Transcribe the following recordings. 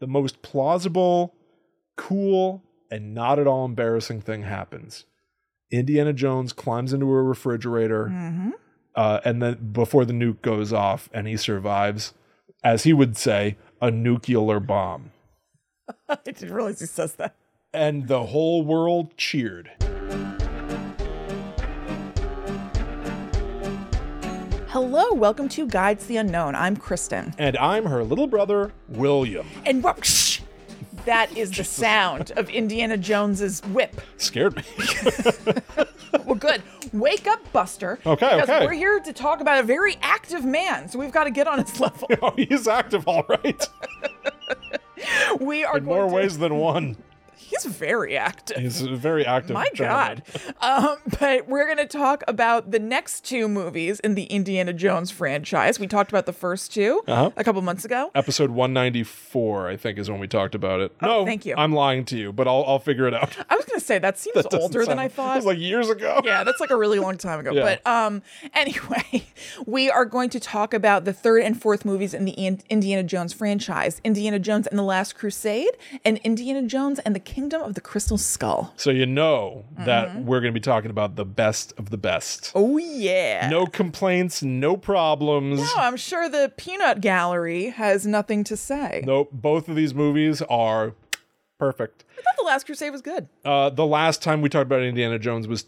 the most plausible, cool, and not at all embarrassing thing happens. Indiana Jones climbs into a refrigerator, Mm-hmm. uh, and then before the nuke goes off, and he survives, as he would say, a nuclear bomb. I didn't realize he says that. And the whole world cheered. Hello, welcome to Guides the Unknown. I'm Kristen. And I'm her little brother, William. And whoop, shh, that is the sound of Indiana Jones's whip. Scared me. Well, good. Wake up, Buster. Okay, because okay. We're here to talk about a very active man, so we've got to get on his level. oh, he's active, all right. We are In more going to- ways than one. He's very active. He's a very active. My gentleman. God. Um, but we're going to talk about the next two movies in the Indiana Jones franchise. We talked about the first two Uh-huh. a couple months ago. Episode 194, I think, is when we talked about it. no, Oh, thank you. I'm lying to you, but I'll, I'll figure it out. I was going to say that seems Doesn't older than sound- I It thought. was like years ago. yeah, that's like a really long time ago. Yeah. But um, anyway, we are going to talk about the third and fourth movies in the In- Indiana Jones franchise: Indiana Jones and the Last Crusade, and Indiana Jones and the Kingdom of the Crystal Skull. So you know that we're going to be talking about the best of the best. Mm-hmm. Oh yeah. No complaints, no problems. No, Oh, I'm sure the Peanut Gallery has nothing to say. Nope. Both of these movies are perfect. I thought The Last Crusade was good. Uh, the last time we talked about Indiana Jones was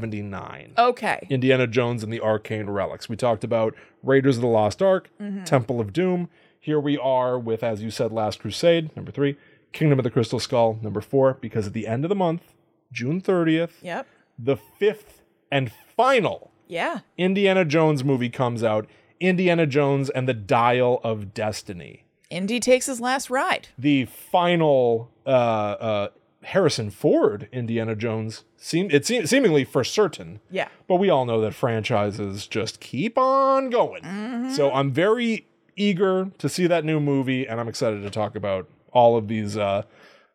279. Okay. Indiana Jones and the Arcane Relics. We talked about Raiders of the Lost Ark, Temple of Doom. Here we are with, as you said, Last Crusade, number three, Kingdom of the Crystal Skull, number four, because at the end of the month, June 30th, Yep. the fifth and final Yeah. Indiana Jones movie comes out Indiana Jones and the Dial of Destiny. Indy takes his last ride. The final uh, uh, Harrison Ford Indiana Jones, seem, it seem, seemingly for certain. Yeah. But we all know that franchises just keep on going. So I'm very eager to see that new movie, and I'm excited to talk about all of these uh,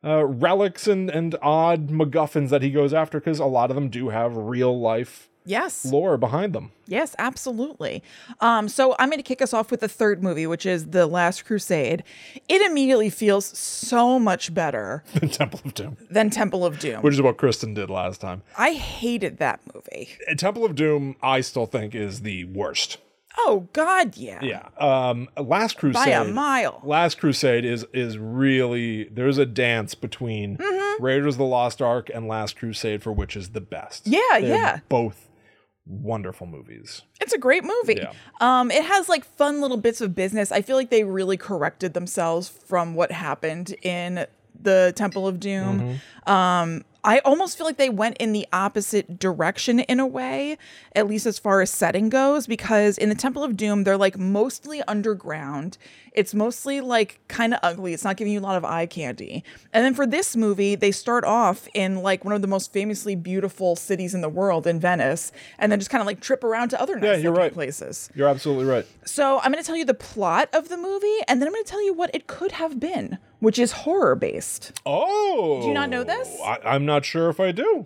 uh, relics and, and odd MacGuffins that he goes after, because a lot of them do have real life Yes. lore behind them. Yes, absolutely. Um, so I'm going to kick us off with the third movie, which is The Last Crusade. It immediately feels so much better The Temple of Doom, than Temple of Doom. which is what Kristen did last time. I hated that movie. Uh, Temple of Doom, I still think is the worst. Oh, God, yeah. Yeah. Um, Last Crusade By a mile. Last Crusade is is really there's a dance between Mm-hmm. Raiders of the Lost Ark and Last Crusade for which is the best. Yeah, They're yeah. Both wonderful movies. It's a great movie. Yeah. Um, it has like fun little bits of business. I feel like they really corrected themselves from what happened in the Temple of Doom. Um, I almost feel like they went in the opposite direction in a way, at least as far as setting goes, because in the Temple of Doom, they're like mostly underground. It's mostly like kind of ugly. It's not giving you a lot of eye candy. And then for this movie, they start off in like one of the most famously beautiful cities in the world in Venice, and then just kind of like trip around to other nice you're looking right. places. You're absolutely right. So I'm going to tell you the plot of the movie, and then I'm going to tell you what it could have been, which is horror based. Oh. you not know this? I, I'm not sure if I do.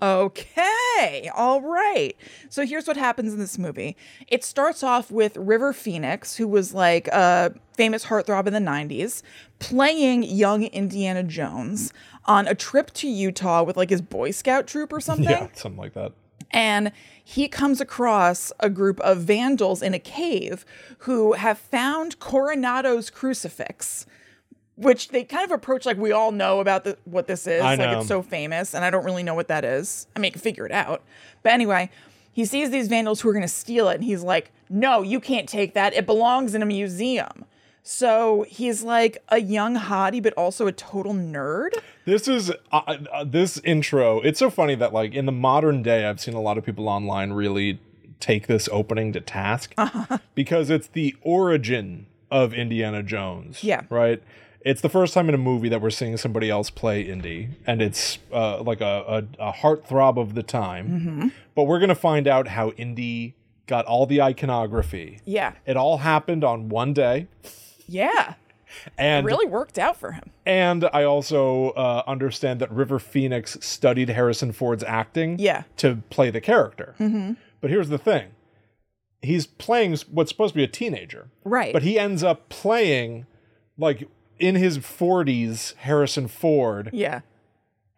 Okay, all right. So here's what happens in this movie. It starts off with River Phoenix, who was like a famous heartthrob in the 90s, playing young Indiana Jones on a trip to Utah with like his Boy Scout troop or something. yeah, something like that. And he comes across a group of vandals in a cave who have found Coronado's crucifix, which they kind of approach like we all know about the, what this is. I Like know. it's so famous, and I don't really know what that is. I mean, I can figure it out. But anyway, he sees these vandals who are going to steal it, and he's like, no, you can't take that. It belongs in a museum. So he's like a young hottie, but also a total nerd. This is uh, uh, this intro. It's so funny that like in the modern day, I've seen a lot of people online really take this opening to task Uh-huh. because it's the origin of Indiana Jones. Yeah. right. It's the first time in a movie that we're seeing somebody else play Indy, and it's uh, like a, a, a heartthrob of the time. Mm-hmm. But we're gonna find out how Indy got all the iconography. Yeah. It all happened on one day, Yeah. and Really worked out for him. and I also uh, understand that River Phoenix studied Harrison Ford's acting Yeah. Mm-hmm. to play the character. But here's the thing he's playing s- what's supposed to be a teenager. Right. But he ends up playing like in his 40s Harrison Ford Yeah.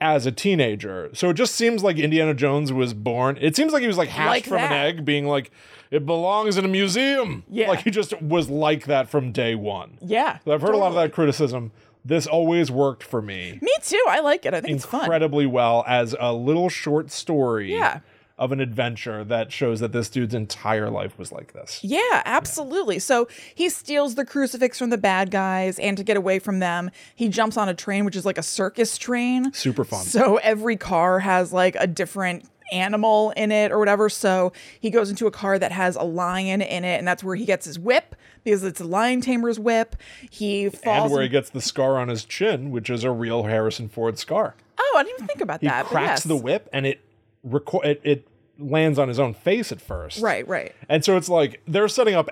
as a teenager. So it just seems like Indiana Jones was born. It seems like he was like hatched Like from an that. egg, being like, it belongs in a museum. Yeah. Like he just was like that from day one. Yeah. I've heard a lot of totally. that criticism. This always worked for me Me too. I like it. I think it's fun. incredibly well as a little short story Yeah. of an adventure that shows that this dude's entire life was like this. Yeah, absolutely. So he steals the crucifix from the bad guys, and to get away from them, he jumps on a train, which is like a circus train. Super fun. So every car has like a different animal in it or whatever. So he goes into a car that has a lion in it, and that's where he gets his whip because it's a lion tamer's whip. He falls. and where he gets the scar on his chin, which is a real Harrison Ford scar. oh, I didn't even think about He that. but cracks yes. the whip and it, reco- it it lands on his own face at first. Right, right. And so it's like they're setting up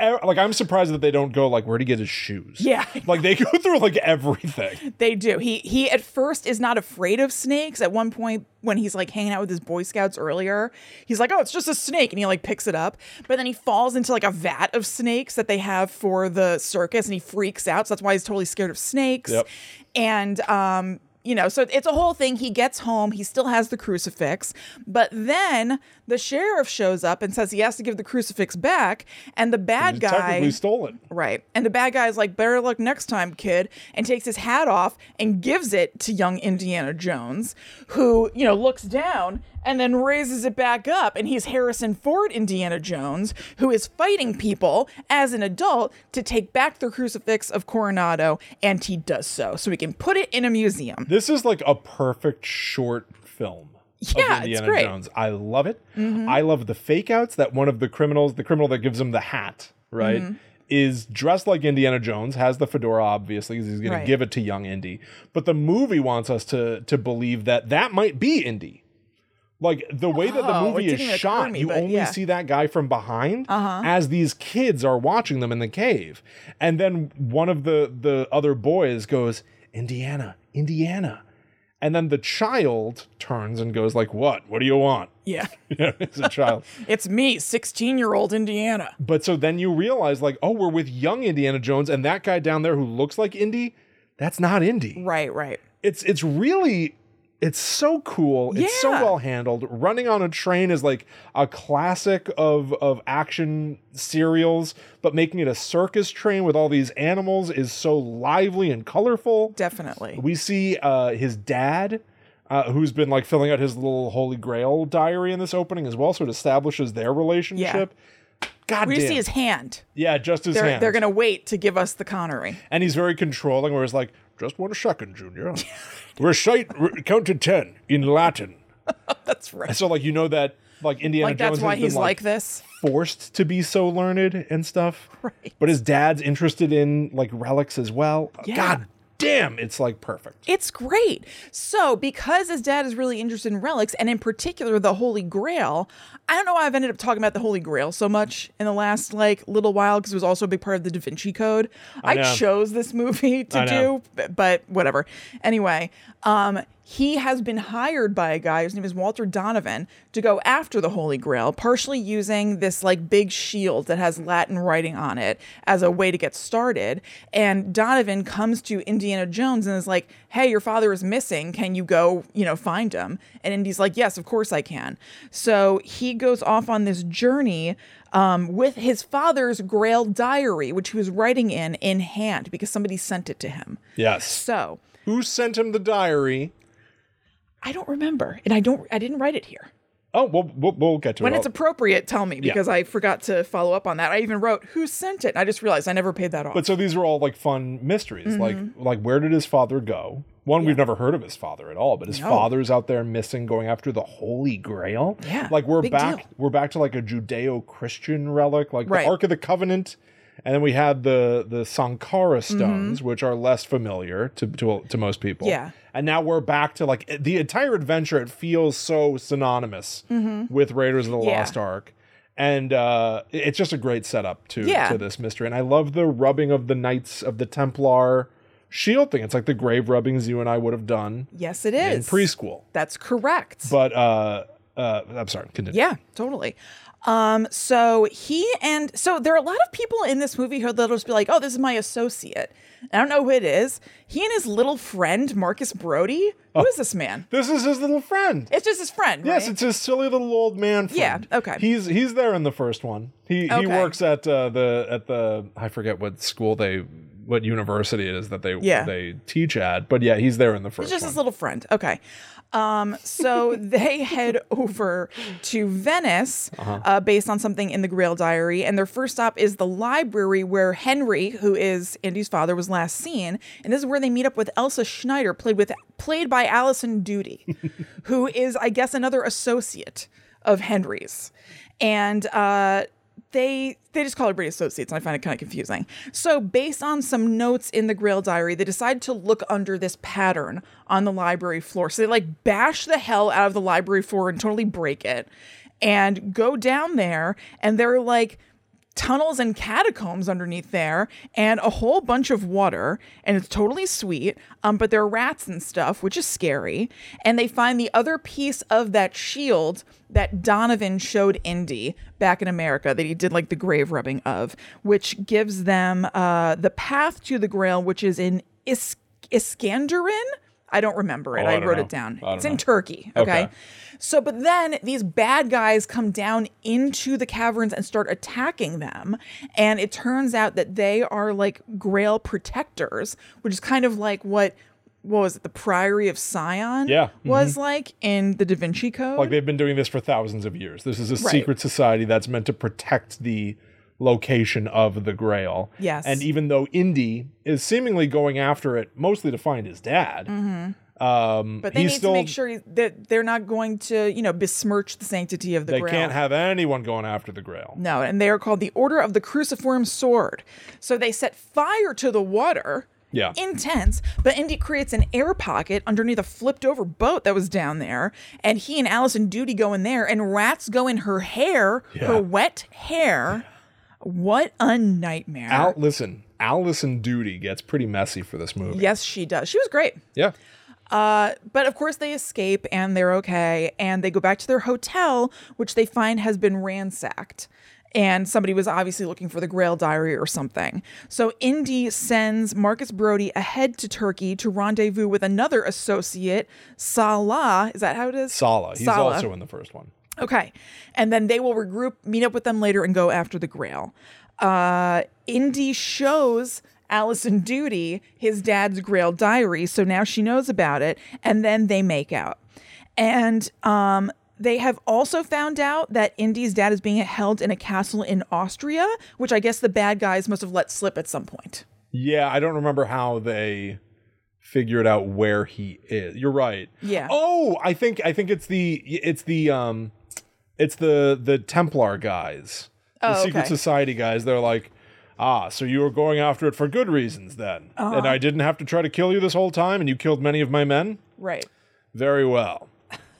e- like I'm surprised that they don't go like where would he get his shoes? Yeah. Like they go through like everything. They do. He he at first is not afraid of snakes. At one point when he's like hanging out with his Boy Scouts earlier, he's like, "Oh, it's just a snake." And he like picks it up. But then he falls into like a vat of snakes that they have for the circus and he freaks out. So that's why he's totally scared of snakes. Yep. And um you know, so it's a whole thing. He gets home, he still has the crucifix, but then the sheriff shows up and says he has to give the crucifix back. And the bad He guy technically stole it. Right. And the bad guy is like, better luck next time, kid, and takes his hat off and gives it to young Indiana Jones, who, you know, looks down and then raises it back up. And he's Harrison Ford Indiana Jones, who is fighting people as an adult to take back the crucifix of Coronado. And he does so, so we can put it in a museum. This is like a perfect short film. of Yeah, it's Indiana great. Mm-hmm. Jones. I love it. I love the fake outs that one of the criminals, the criminal that gives him the hat, right? Mm-hmm. Is dressed like Indiana Jones, has the fedora, obviously, because he's going Right. to give it to young Indy. But the movie wants us to to believe that that might be Indy. Like the way that the Oh, it movie didn't is even occur to shot, me, you but only yeah. Uh-huh. see that guy from behind as these kids are watching them in the cave, and then one of the the other boys goes, "Indiana, Indiana," and then the child turns and goes like, "What? What do you want?" Yeah. as a child. It's me, 16 year old Indiana. But so then you realize like, oh, we're with young Indiana Jones, and that guy down there who looks like Indy, that's not Indy Right, right. it's it's really it's so cool. It's so Yeah. well handled. Running on a train is like a classic of of action serials, but making it a circus train with all these animals is so lively and colorful. Definitely. We see uh, his dad, uh, who's been like filling out his little Holy Grail diary in this opening as well, so it establishes their relationship. God We damn. see his hand. yeah, just his They're, hand. they're going to wait to give us the Connery. And he's very controlling, where he's like, just one second, Junior. Recite, re- count to 10 in Latin. That's right. And so, like, you know that, like, Indiana like Jones that's why has been, he's like, like, this forced to be so learned and stuff. Right. But his dad's interested in, like, relics as well. Yeah. God damn, it's, like, perfect. it's great so because his dad is really interested in relics and in particular the holy grail i don't know why i've ended up talking about the holy grail so much in the last like little while because it was also a big part of the da vinci code i, know. chose this movie to I do know. b- but whatever anyway um he has been hired by a guy whose name is Walter Donovan to go after the Holy Grail, partially using this like big shield that has Latin writing on it as a way to get started. And Donovan comes to Indiana Jones and is like, "Hey, your father is missing. Can you go, you know, find him?" And Indy's like, "Yes, of course I can." So he goes off on this journey um, with his father's Grail diary, which he was writing in in hand because somebody sent it to him. Yes. So. Who sent him the diary? I don't remember, and I don't. I didn't write it here. Oh, we'll, we'll, we'll get to When it. it's all. appropriate, tell me because I forgot to follow up on that. I even wrote who sent it. And I just realized I never paid that off. but so these are all, like, fun mysteries. Mm-hmm. Like, like where did his father go? One, we've never heard of his father at all, but his No. father's out there missing, going after the Holy Grail. Yeah, like we're big back, deal. we're back to like a Judeo-Christian relic, like Right. the Ark of the Covenant, and then we had the the Sankara Mm-hmm. stones, which are less familiar to, to to most people. Yeah. and now we're back to like the entire adventure. It feels so synonymous with Raiders of the Mm-hmm. Yeah. Lost Ark. And uh, it- it's just a great setup to, Yeah. to this mystery. And I love the rubbing of the Knights of the Templar shield thing. It's like the grave rubbings you and I would have done yes, it in is preschool. That's correct. But uh uh, I'm sorry. Continue. Yeah, totally. Um, so he and so there are a lot of people in this movie who that'll just be like, "Oh, this is my associate." I don't know who it is. He and his little friend Marcus Brody. Who is this man? This is his little friend. It's just his friend. Oh. Yes, right? it's his silly little old man friend. Yeah, okay. He's he's there in the first one. He he Okay. works at uh, the at the I forget what school they what university it is that they Yeah. they teach at, but yeah, he's there in the first just one. his little friend. Okay. Um, so they head over to Venice Uh-huh. uh based on something in the Grail Diary. And their first stop is the library where Henry, who is Andy's father, was last seen. And this is where they meet up with Elsa Schneider, played with played by Allison Duty, who is, I guess, another associate of Henry's. And uh they they just call everybody associates and i find it kind of confusing so based on some notes in the grail diary they decide to look under this pattern on the library floor so they like bash the hell out of the library floor and totally break it and go down there and they're like tunnels and catacombs underneath there and a whole bunch of water and it's totally sweet um, but there are rats and stuff which is scary and they find the other piece of that shield that donovan showed indy back in america that he did like the grave rubbing of which gives them uh, the path to the grail which is in Is- iskandarin i don't remember it Oh, I i, don't wrote know. it down I don't it's in know. turkey okay? Okay. So, but then these bad guys come down into the caverns and start attacking them. And it turns out that they are like grail protectors, which is kind of like what, what was it, the Priory of Sion Yeah. mm-hmm. was like in the Da Vinci Code? like they've been doing this for thousands of years. This is a Right. secret society that's meant to protect the location of the Grail. Yes. And even though Indy is seemingly going after it mostly to find his dad, Mm-hmm. um, but they he's need still to make sure that they're not going to, you know, besmirch the sanctity of the they grail. can't have anyone going after the Grail. No, and they are called the Order of the Cruciform Sword. So they set fire to the water. Yeah. Intense, but Indy creates an air pocket underneath a flipped over boat that was down there. And he and Allison Duty go in there, and rats go in her hair, Yeah. her wet hair. What a nightmare. Al, listen, Allison Duty gets pretty messy for this movie. yes, she does. She was great. Yeah. Uh, but of course, they escape and they're okay. And they go back to their hotel, which they find has been ransacked. And somebody was obviously looking for the Grail Diary or something. So Indy sends Marcus Brody ahead to Turkey to rendezvous with another associate, Salah. Is that how it is? Sala. He's Sala. also in the first one. Okay. And then they will regroup, meet up with them later, and go after the grail. Uh, Indy shows Allison Duty his dad's grail diary. So now she knows about it. And then they make out. And um, they have also found out that Indy's dad is being held in a castle in Austria, which I guess the bad guys must have let slip at some point. Yeah, I don't remember how they figured out where he is. You're right. Yeah. Oh, I think I think it's the it's the um it's the the Templar guys. The Oh, secret okay. society guys. They're like, "Ah, so you were going after it for good reasons then. Uh-huh. And I didn't have to try to kill you this whole time and you killed many of my men? Right. Very well.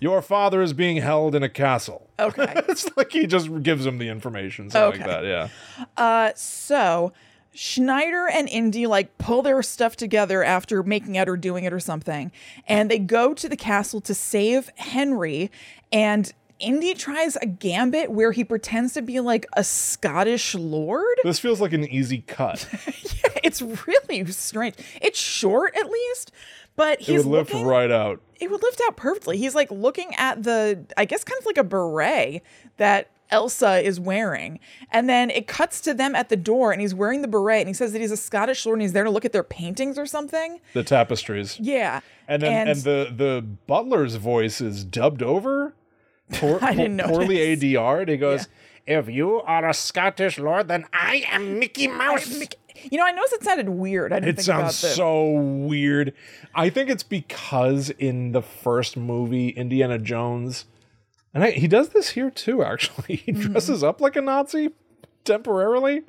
Your father is being held in a castle." Okay. it's like he just gives him the information something like Okay. that, yeah. Uh, so Schneider and Indy like pull their stuff together after making out or doing it or something, and they go to the castle to save Henry. And Indy tries a gambit where he pretends to be like a Scottish lord. This feels like an easy cut. It's really strange. It's short at least, but It he's would lift looking right out. it would lift out perfectly. He's like looking at the, I guess, kind of like a beret that Elsa is wearing. And then it cuts to them at the door and he's wearing the beret and he says that he's a Scottish lord and he's there to look at their paintings or something. The tapestries. Yeah. And then and, the the butler's voice is dubbed over. Poor, I didn't po- notice. poorly ADR'd. He goes, "If you are a Scottish lord, then I am Mickey Mouse." you know, I noticed it sounded weird. I didn't it think sounds about this. so weird. I think it's because in the first movie, Indiana Jones, and I, he does this here too. Actually, he Mm-hmm. dresses up like a Nazi temporarily.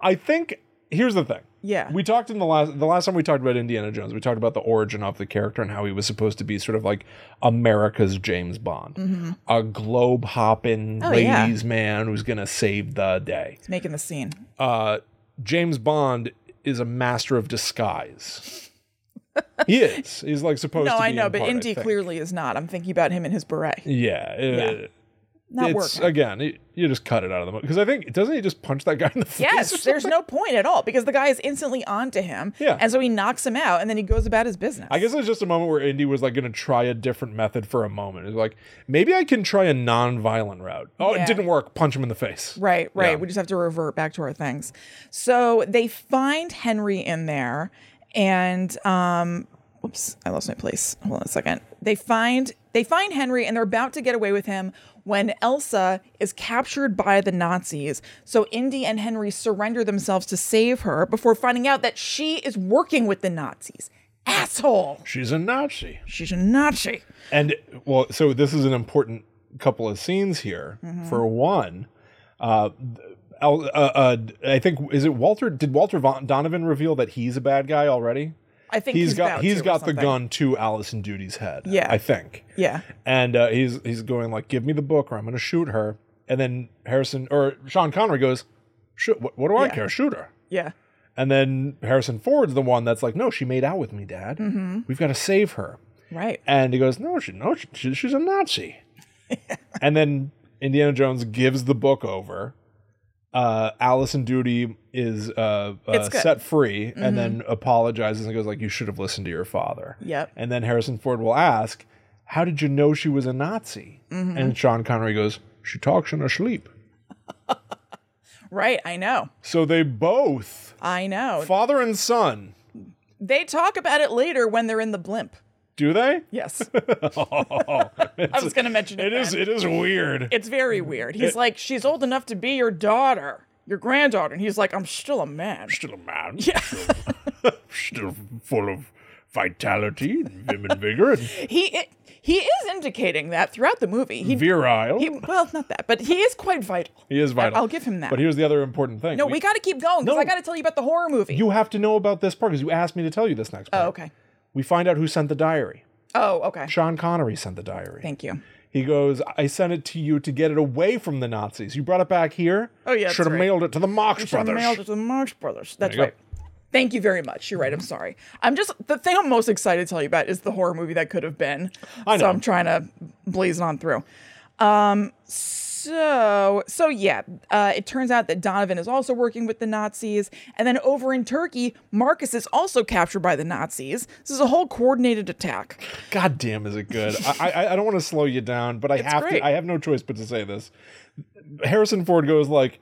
I think here's the thing. Yeah. we talked in the last the last time we talked about Indiana Jones. We talked about the origin of the character and how he was supposed to be sort of like America's James Bond, a globe hopping Mm-hmm. Oh, yeah. ladies man who's gonna save the day It's making the scene. uh, James Bond is a master of disguise. he is. He's like supposed No, to be. I know, in but part, I Indy think. clearly is not. I'm thinking about him in his beret. Yeah. it- Not it's working. again, it, you just cut it out of the movie because I think doesn't he just punch that guy in the face? or Yes, there's something? no point at all because the guy is instantly onto him. Yeah. And so he knocks him out and then he goes about his business. I guess it was just a moment where Indy was like going to try a different method for a moment. It was like maybe I can try a non-violent route. Oh, Yeah. it didn't work. Punch him in the face. Right, right. Yeah. We just have to revert back to our things. So they find Henry in there and um whoops, I lost my place. Hold on a second. They find they find Henry and they're about to get away with him when Elsa is captured by the Nazis. So Indy and Henry surrender themselves to save her before finding out that she is working with the Nazis. Asshole. She's a Nazi. She's a Nazi. And well, so this is an important couple of scenes here. Mm-hmm. For one, uh, Al- uh, uh, I think is it Walter? Did Walter Von Donovan reveal that he's a bad guy already? I think he's got about he's to or got the something. gun to Allison Duty's head. Yeah. I think. Yeah. and uh, he's he's going like, "Give me the book, or I'm going to shoot her." And then Harrison or Sean Connery goes, "Shoot, what, what do I Yeah. care? Shoot her." Yeah. And then Harrison Ford's the one that's like, "No, she made out with me, Dad. Mm-hmm. We've got to save her." Right. And he goes, "No, she, no, she- she, she's a Nazi." and then Indiana Jones gives the book over. Uh, Allison Duty is uh, uh, It's good. Mm-hmm. set free and then apologizes and goes like, "You should have listened to your father." Yep. And then Harrison Ford will ask, "How did you know she was a Nazi?" Mm-hmm. And Sean Connery goes, "She talks in her sleep." Right. I know. So they both, I know. father and son, They talk about it later when they're in the blimp. do they? Yes. I was going to mention it. Oh, It is. then. It is weird. It's very weird. He's like, she's old enough to be your daughter, your granddaughter. And he's like, I'm still a man. still a man. Yeah. still full of vitality and vim and vigor and He i he is indicating that throughout the movie. He, virile. he- well, not that, but he is quite vital. He is vital. I'll give him that. But here's the other important thing. no, we, got to keep going because No. I got to tell you about the horror movie. you have to know about this part because you asked me to tell you this next part. oh, okay. We find out who sent the diary. Oh, okay. Sean Connery sent the diary. Thank you. He goes, I sent it to you to get it away from the Nazis. You brought it back here. Oh, yeah, Should have that's right. mailed it to the Marx From brothers. Mailed it to the Marx Brothers. That's you go. right. Thank you very much. You're right. I'm sorry. I'm just the thing I'm most excited to tell you about is the horror movie that could have been. I So know. I'm trying to blaze it on through. Um. So so yeah. Uh, it turns out that Donovan is also working with the Nazis, and then over in Turkey, Marcus is also captured by the Nazis. This is a whole coordinated attack. God damn, is it good? I, I I don't want to slow you down, but I have great. to. I have no choice but to say this. Harrison Ford goes like,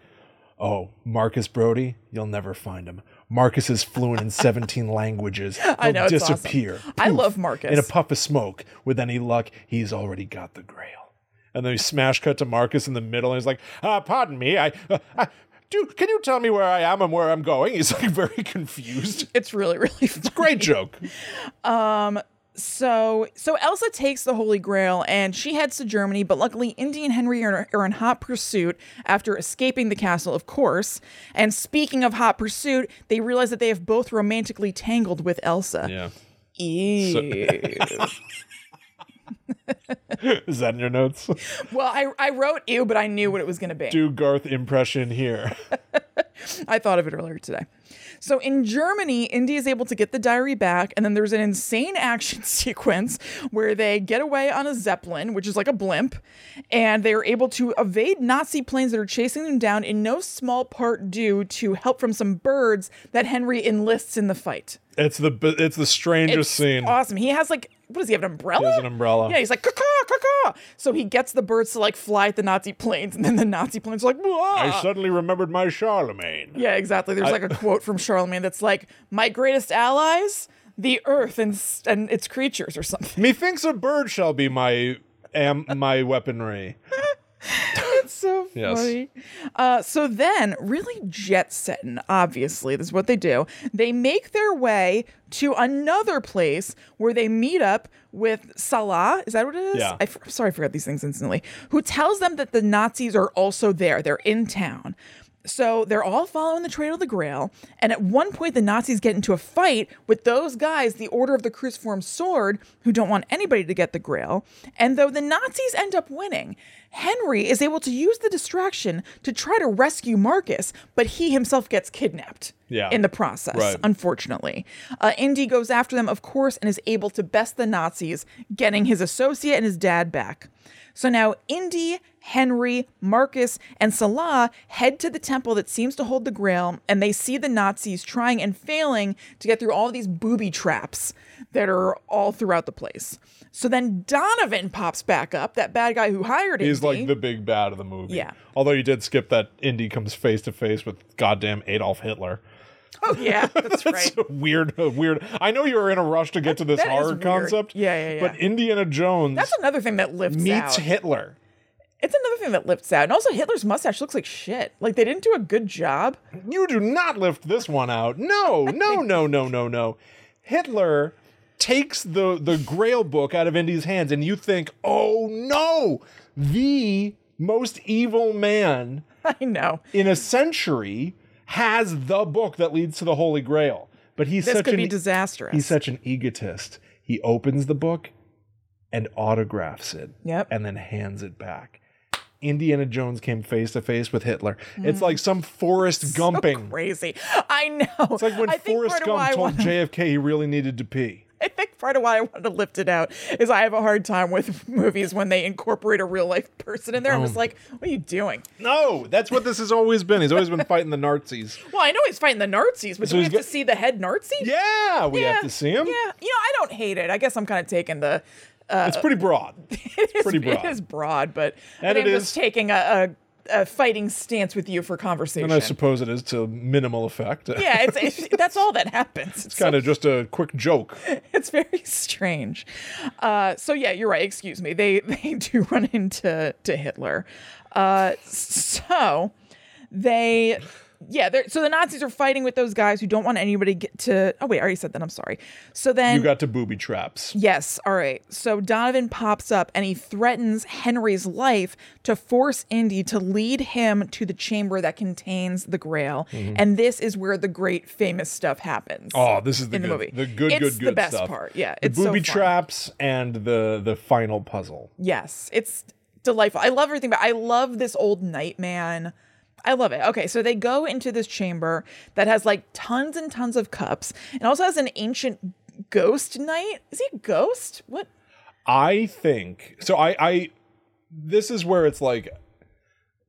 "Oh, Marcus Brody, you'll never find him. Marcus is fluent in 17 languages. He'll I know, it's awesome. disappear. I Poof, love Marcus. In a puff of smoke. With any luck, he's already got the Grail." And then we smash cut to Marcus in the middle, and he's like, uh, "Pardon me, I." Uh, I do, can you tell me where I am and where I'm going? He's like very confused. It's really really fun. Great joke. So, so Elsa takes the Holy Grail and she heads to Germany, but luckily Indy and Henry are, are in hot pursuit after escaping the castle, of course. And speaking of hot pursuit, they realize that they have both romantically tangled with Elsa. Yeah. Ew. Is that in your notes? well, I, I wrote ew, but I knew what it was going to be. Do Garth impression here. I thought of it earlier today. So in Germany, Indy is able to get the diary back, and then there's an insane action sequence where they get away on a Zeppelin, which is like a blimp, and they are able to evade Nazi planes that are chasing them down in no small part due to help from some birds that Henry enlists in the fight. It's the bi- it's the strangest scene. Awesome. He has like what does he have an umbrella? He has an umbrella. Yeah, he's like caw caw So he gets the birds to like fly at the Nazi planes, and then the Nazi planes are like Wah! I suddenly remembered my Charlemagne. Yeah, exactly. There's like a quote from Charlemagne that's like, "My greatest allies, the earth and s- and its creatures, or something." Methinks a bird shall be my am my weaponry. It's so Yes. funny. Uh, so then, really jet setting. Obviously, this is what they do. They make their way to another place where they meet up with Salah. Is that what it is? Yeah. I f- I'm sorry, I forgot these things instantly. Who tells them that the Nazis are also there? They're in town. So they're all following the trail of the Grail, and at one point the Nazis get into a fight with those guys, the Order of the Cruciform Sword, who don't want anybody to get the Grail. And though the Nazis end up winning, Henry is able to use the distraction to try to rescue Marcus, but he himself gets kidnapped Yeah. in the process, Right. unfortunately. Uh, Indy goes after them, of course, and is able to best the Nazis, getting his associate and his dad back. So now Indy, Henry, Marcus, and Salah head to the temple that seems to hold the grail, and they see the Nazis trying and failing to get through all these booby traps that are all throughout the place. So then Donovan pops back up, that bad guy who hired He's Indy. like the big bad of the movie. Yeah. Although you did skip that Indy comes face to face with goddamn Adolf Hitler. oh yeah, that's right. weird, weird. I know you were in a rush to get to this that is horror weird. concept. Yeah, yeah, yeah. But Indiana Jones That's another thing that lifts meets out. Hitler. It's another thing that lifts out. And also Hitler's mustache looks like shit. Like they didn't do a good job. You do not lift this one out. No, no, no, no, no, no. Hitler takes the the Grail book out of Indy's hands, and you think, oh no, the most evil man I know. in a century has the book that leads to the Holy Grail. But he's This such could an e-, be disastrous. he's such an egotist. He opens the book and autographs it. Yep. And then hands it back. Indiana Jones came face to face with Hitler. It's Mm. like some Forrest Gumping. crazy. I know. It's like when I think Forrest part of Gump why I told wanna- JFK he really needed to pee. I think part of why I wanted to lift it out is I have a hard time with movies when they incorporate a real life person in there. I'm Oh. just like, what are you doing? No, that's what this has always been. He's always been fighting the Nazis. Well, I know he's fighting the Nazis, but So do we he's have got- to see the head Nazi? Yeah, we Yeah, have to see him. Yeah. You know, I don't hate it. I guess I'm kind of taking the. it's pretty broad. It's pretty broad. It is broad, but And I think it I'm just is- taking a, a, a fighting stance with you for conversation. And I suppose it is to minimal effect. yeah, it's, it's that's all that happens. It's, kind of just a quick joke. it's very strange. Uh, so yeah, you're right. Excuse me. They they do run into to Hitler. Uh, so they yeah. They're, so the Nazis are fighting with those guys who don't want anybody get to. Oh wait, I already said that. I'm sorry. So then You got to booby traps. Yes, all right. So Donovan pops up and he threatens Henry's life to force Indy to lead him to the chamber that contains the Grail. And this is where the great famous stuff happens. Mm-hmm. Oh, this is the in the good, movie. the good, It's good, the good best stuff. part. Yeah, the it's so booby fun. traps and the the final puzzle. Yes, it's delightful. I love everything, but I love this old nightman. I love it. Okay, so they go into this chamber that has like tons and tons of cups and also has an ancient ghost knight. Is he a ghost? What? I think so. I, I this is where it's like.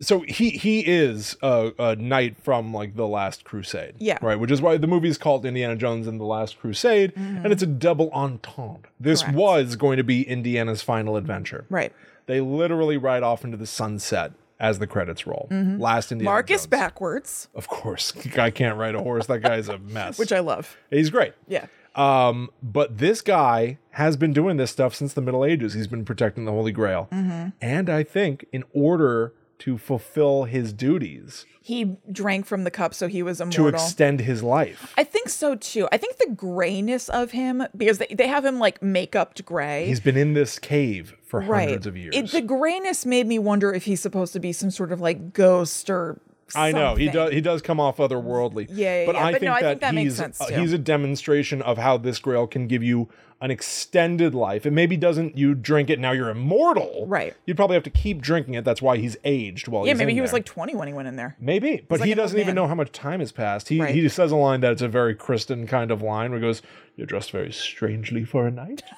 So he he is a, a knight from like the Last Crusade, Yeah. right, which is why the movie's called Indiana Jones and the Last Crusade, and it's a double entente. This Mm-hmm. Correct. was going to be Indiana's final adventure. Right. They literally ride off into the sunset as the credits roll. Last Indiana Mm-hmm. Marcus Jones. backwards, of course. Guy can't ride a horse. That guy's a mess. which I love. He's great. Yeah. Um, but this guy has been doing this stuff since the Middle Ages. He's been protecting the Holy Grail. Mm-hmm. And I think in order to fulfill his duties, he drank from the cup, so he was to immortal. extend his life, I think so too. I think the grayness of him, because they, they have him like makeup gray. he's been in this cave for right. hundreds of years. It, the grayness made me wonder if he's supposed to be some sort of like ghost or I know he something. does. He does come off otherworldly. Yeah, yeah, but yeah. I But think no, I that, think that makes he's sense, uh, too. he's a demonstration of how this Grail can give you an extended life. It maybe doesn't. You drink it now, you're immortal. Right. You'd probably have to keep drinking it. That's why he's aged. While Yeah, he's maybe in he was there. like 20 when he went in there. Maybe, but like he an old doesn't even man. know how much time has passed. He Right. he says a line that it's a very Kristen kind of line where he goes, "You're dressed very strangely for a night,"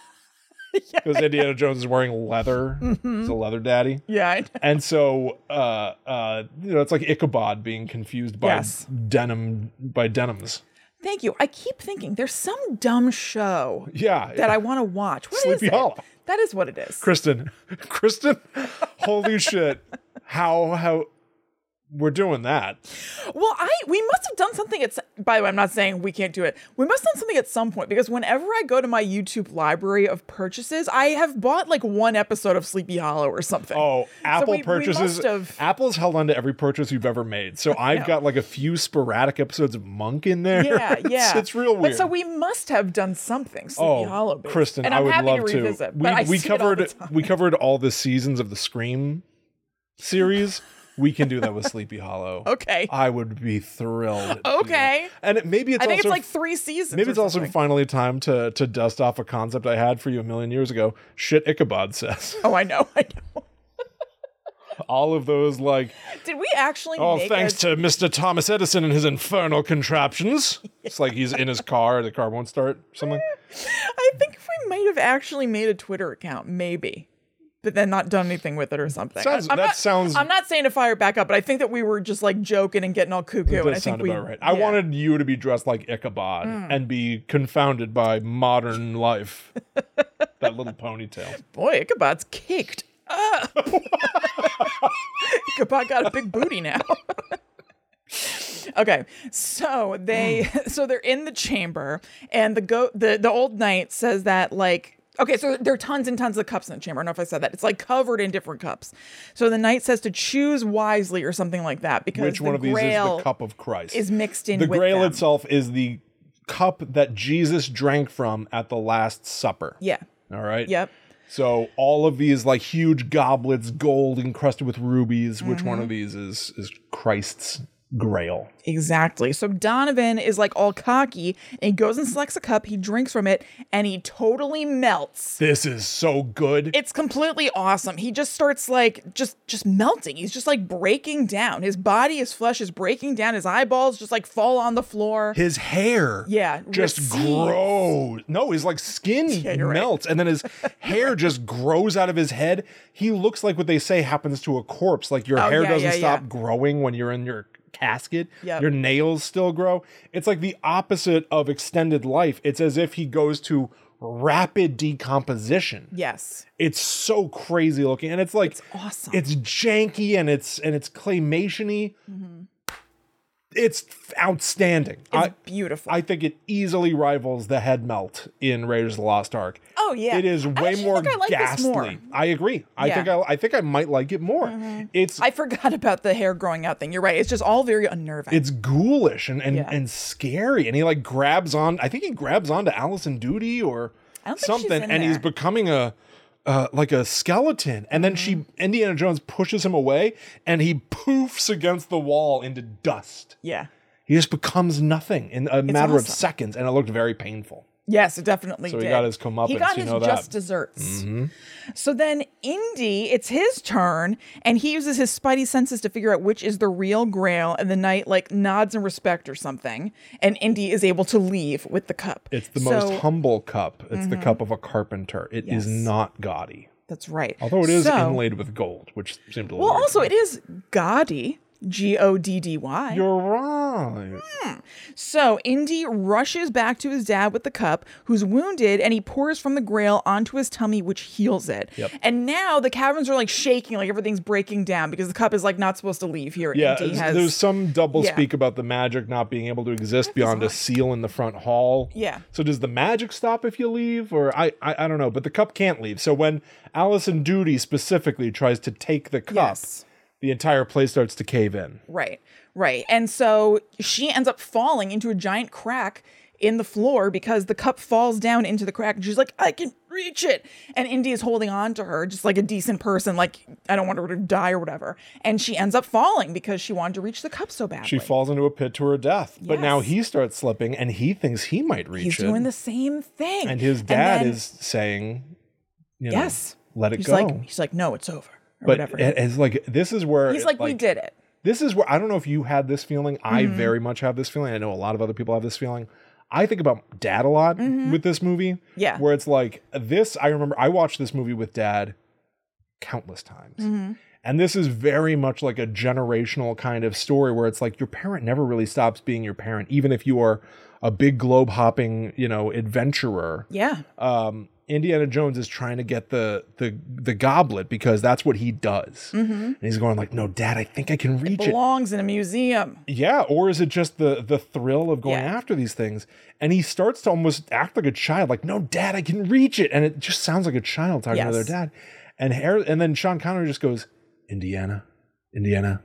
because Indiana Jones is wearing leather. He's a leather daddy, Mm-hmm. Yeah, I know. and so uh, uh, you know it's like Ichabod being confused by Yes. denim by denims. Thank you. I keep thinking there's some dumb show Yeah, that I want to watch. What is Sleepy it? Hollow. That is what it is. Kristen, Kristen, holy shit! How how we're doing that? Well, I we must have done something at s- by the way, I'm not saying we can't do it. We must have done something at some point because whenever I go to my YouTube library of purchases, I have bought like one episode of Sleepy Hollow or something. Oh, Apple we- we purchases. must have- Apple's held on to every purchase you've ever made. So I've got like a few sporadic episodes of Monk in there. Yeah, It's- yeah. It's, real weird. But so we must have done something Sleepy Oh, Hollow. based. Kristen, and I I'm would happy love to revisit. We, but I we see it all covered the time. we covered all the seasons of the Scream series. we can do that with Sleepy Hollow. Okay. I would be thrilled. to do that. Okay. And it, maybe it's I think also it's like three seasons. maybe or it's also something. finally time to to dust off a concept I had for you a million years ago. Shit, Ichabod says. Oh, I know, I know. all of those like Did we actually oh make thanks a- to Mr. Thomas Edison and his infernal contraptions. It's like he's in his car, the car won't start or something. I think we might have actually made a Twitter account, maybe. But then not done anything with it or something. Sounds- I'm that not, sounds- I'm not saying to fire it back up, but I think that we were just like joking and getting all cuckoo. and I Does think sound we, about right. I yeah. Hmm. wanted you to be dressed like Ichabod and be confounded by modern life. that little ponytail. boy, Ichabod's caked up. Ichabod got a big booty now. okay, so they Hmm. so they're in the chamber, and the go the the old knight says that like. Okay, so there are tons and tons of cups in the chamber. I don't know if I said that. It's like covered in different cups. So the knight says to choose wisely or something like that because Which the one of these grail is the cup of Christ? is mixed in the with grail them. itself is the cup that Jesus drank from at the Last Supper. Yeah. All right. Yep. So all of these like huge goblets, gold encrusted with rubies. Which one Mm-hmm. of these is is Christ's grail? Exactly. So Donovan is like all cocky and he goes and selects a cup, he drinks from it, and he totally melts. This is so good. It's completely awesome. He just starts like just just melting. He's just like breaking down. His body, his flesh is breaking down. His eyeballs just like fall on the floor. his hair Yeah, just recedes. grows no his like skin you're right. melts and then his hair just grows out of his head he looks like what they say happens to a corpse like your Oh, hair yeah, doesn't yeah, stop yeah. growing when you're in your casket Yep. your nails still grow it's like the opposite of extended life it's as if he goes to rapid decomposition Yes. it's so crazy looking and it's like it's awesome. it's janky and it's and it's claymationy it's outstanding Mm-hmm. It's I, beautiful. I think it easily rivals the head melt in Raiders of the Lost Ark. Oh, yeah. it is I way actually more think I like this ghastly. more. I agree. I Yeah. Mm-hmm. think I, I think I might like it more. It's I forgot about the hair growing out thing. You're right. It's just all very unnerving. it's ghoulish and and, Yeah. and scary. And he like grabs on. I think he grabs onto Allison Duty or I don't think she's something, in and he's there. becoming a. Uh, like a skeleton, and then she Mm-hmm. Indiana Jones pushes him away, and he poofs against the wall into dust. yeah. He just becomes nothing in a matter of awesome. seconds, and it looked very painful. Yes, it definitely So he did. got his comeuppance, He got you his know that. just desserts. So then Indy, it's his turn, and he uses his spidey senses to figure out which is the real grail, and the knight like nods in respect or something, and Indy is able to leave with the cup. It's the So- mm-hmm. most humble cup. It's the cup of a carpenter. It is Yes. not gaudy, That's right. although it is So- inlaid with gold, which seemed a little. Well, weird. also it is gaudy. G O D D Y. you're right. So Indy rushes back to his dad with the cup, who's wounded, and he pours from the grail onto his tummy, which heals it. Yep. And now the caverns are like shaking, like everything's breaking down because the cup is like not supposed to leave here. Yeah, Indy it's- has there's some double yeah. speak about the magic not being able to exist beyond a seal in the front hall. Yeah. So does the magic stop if you leave, or I, I I don't know, but the cup can't leave. So when Allison Duty specifically tries to take the cup, Yes. the entire place starts to cave in. right, right. And so she ends up falling into a giant crack in the floor because the cup falls down into the crack and she's like, I can reach it. And Indy is holding on to her, just like a decent person, like I don't want her to die or whatever. And she ends up falling because she wanted to reach the cup so badly. She falls into a pit to her death, but now Yes. he starts slipping, and he thinks he might reach He's it. doing the same thing. and his dad then is saying, you know, yes. let it he's go. like he's like no, it's over but or whatever. it- it's like this is where he's like, we did it. This is where I don't know if you had this feeling. I very much have this feeling. I know a lot of other people have this feeling. I think about dad a lot with this movie. Yeah. where it's like this. I remember I watched this movie with dad countless times. And this is very much like a generational kind of story where it's like your parent never really stops being your parent, even if you are a big globe hopping, you know, adventurer Yeah, um, Indiana Jones is trying to get the the the goblet because that's what he does, and he's going like, "No, Dad, I think I can reach it." belongs in a museum. Yeah, or is it just the the thrill of going Yeah. after these things? And he starts to almost act like a child, like, "No, Dad, I can reach it," and it just sounds like a child talking to their Yes. dad. And Har- and then Sean Connery just goes, "Indiana, Indiana,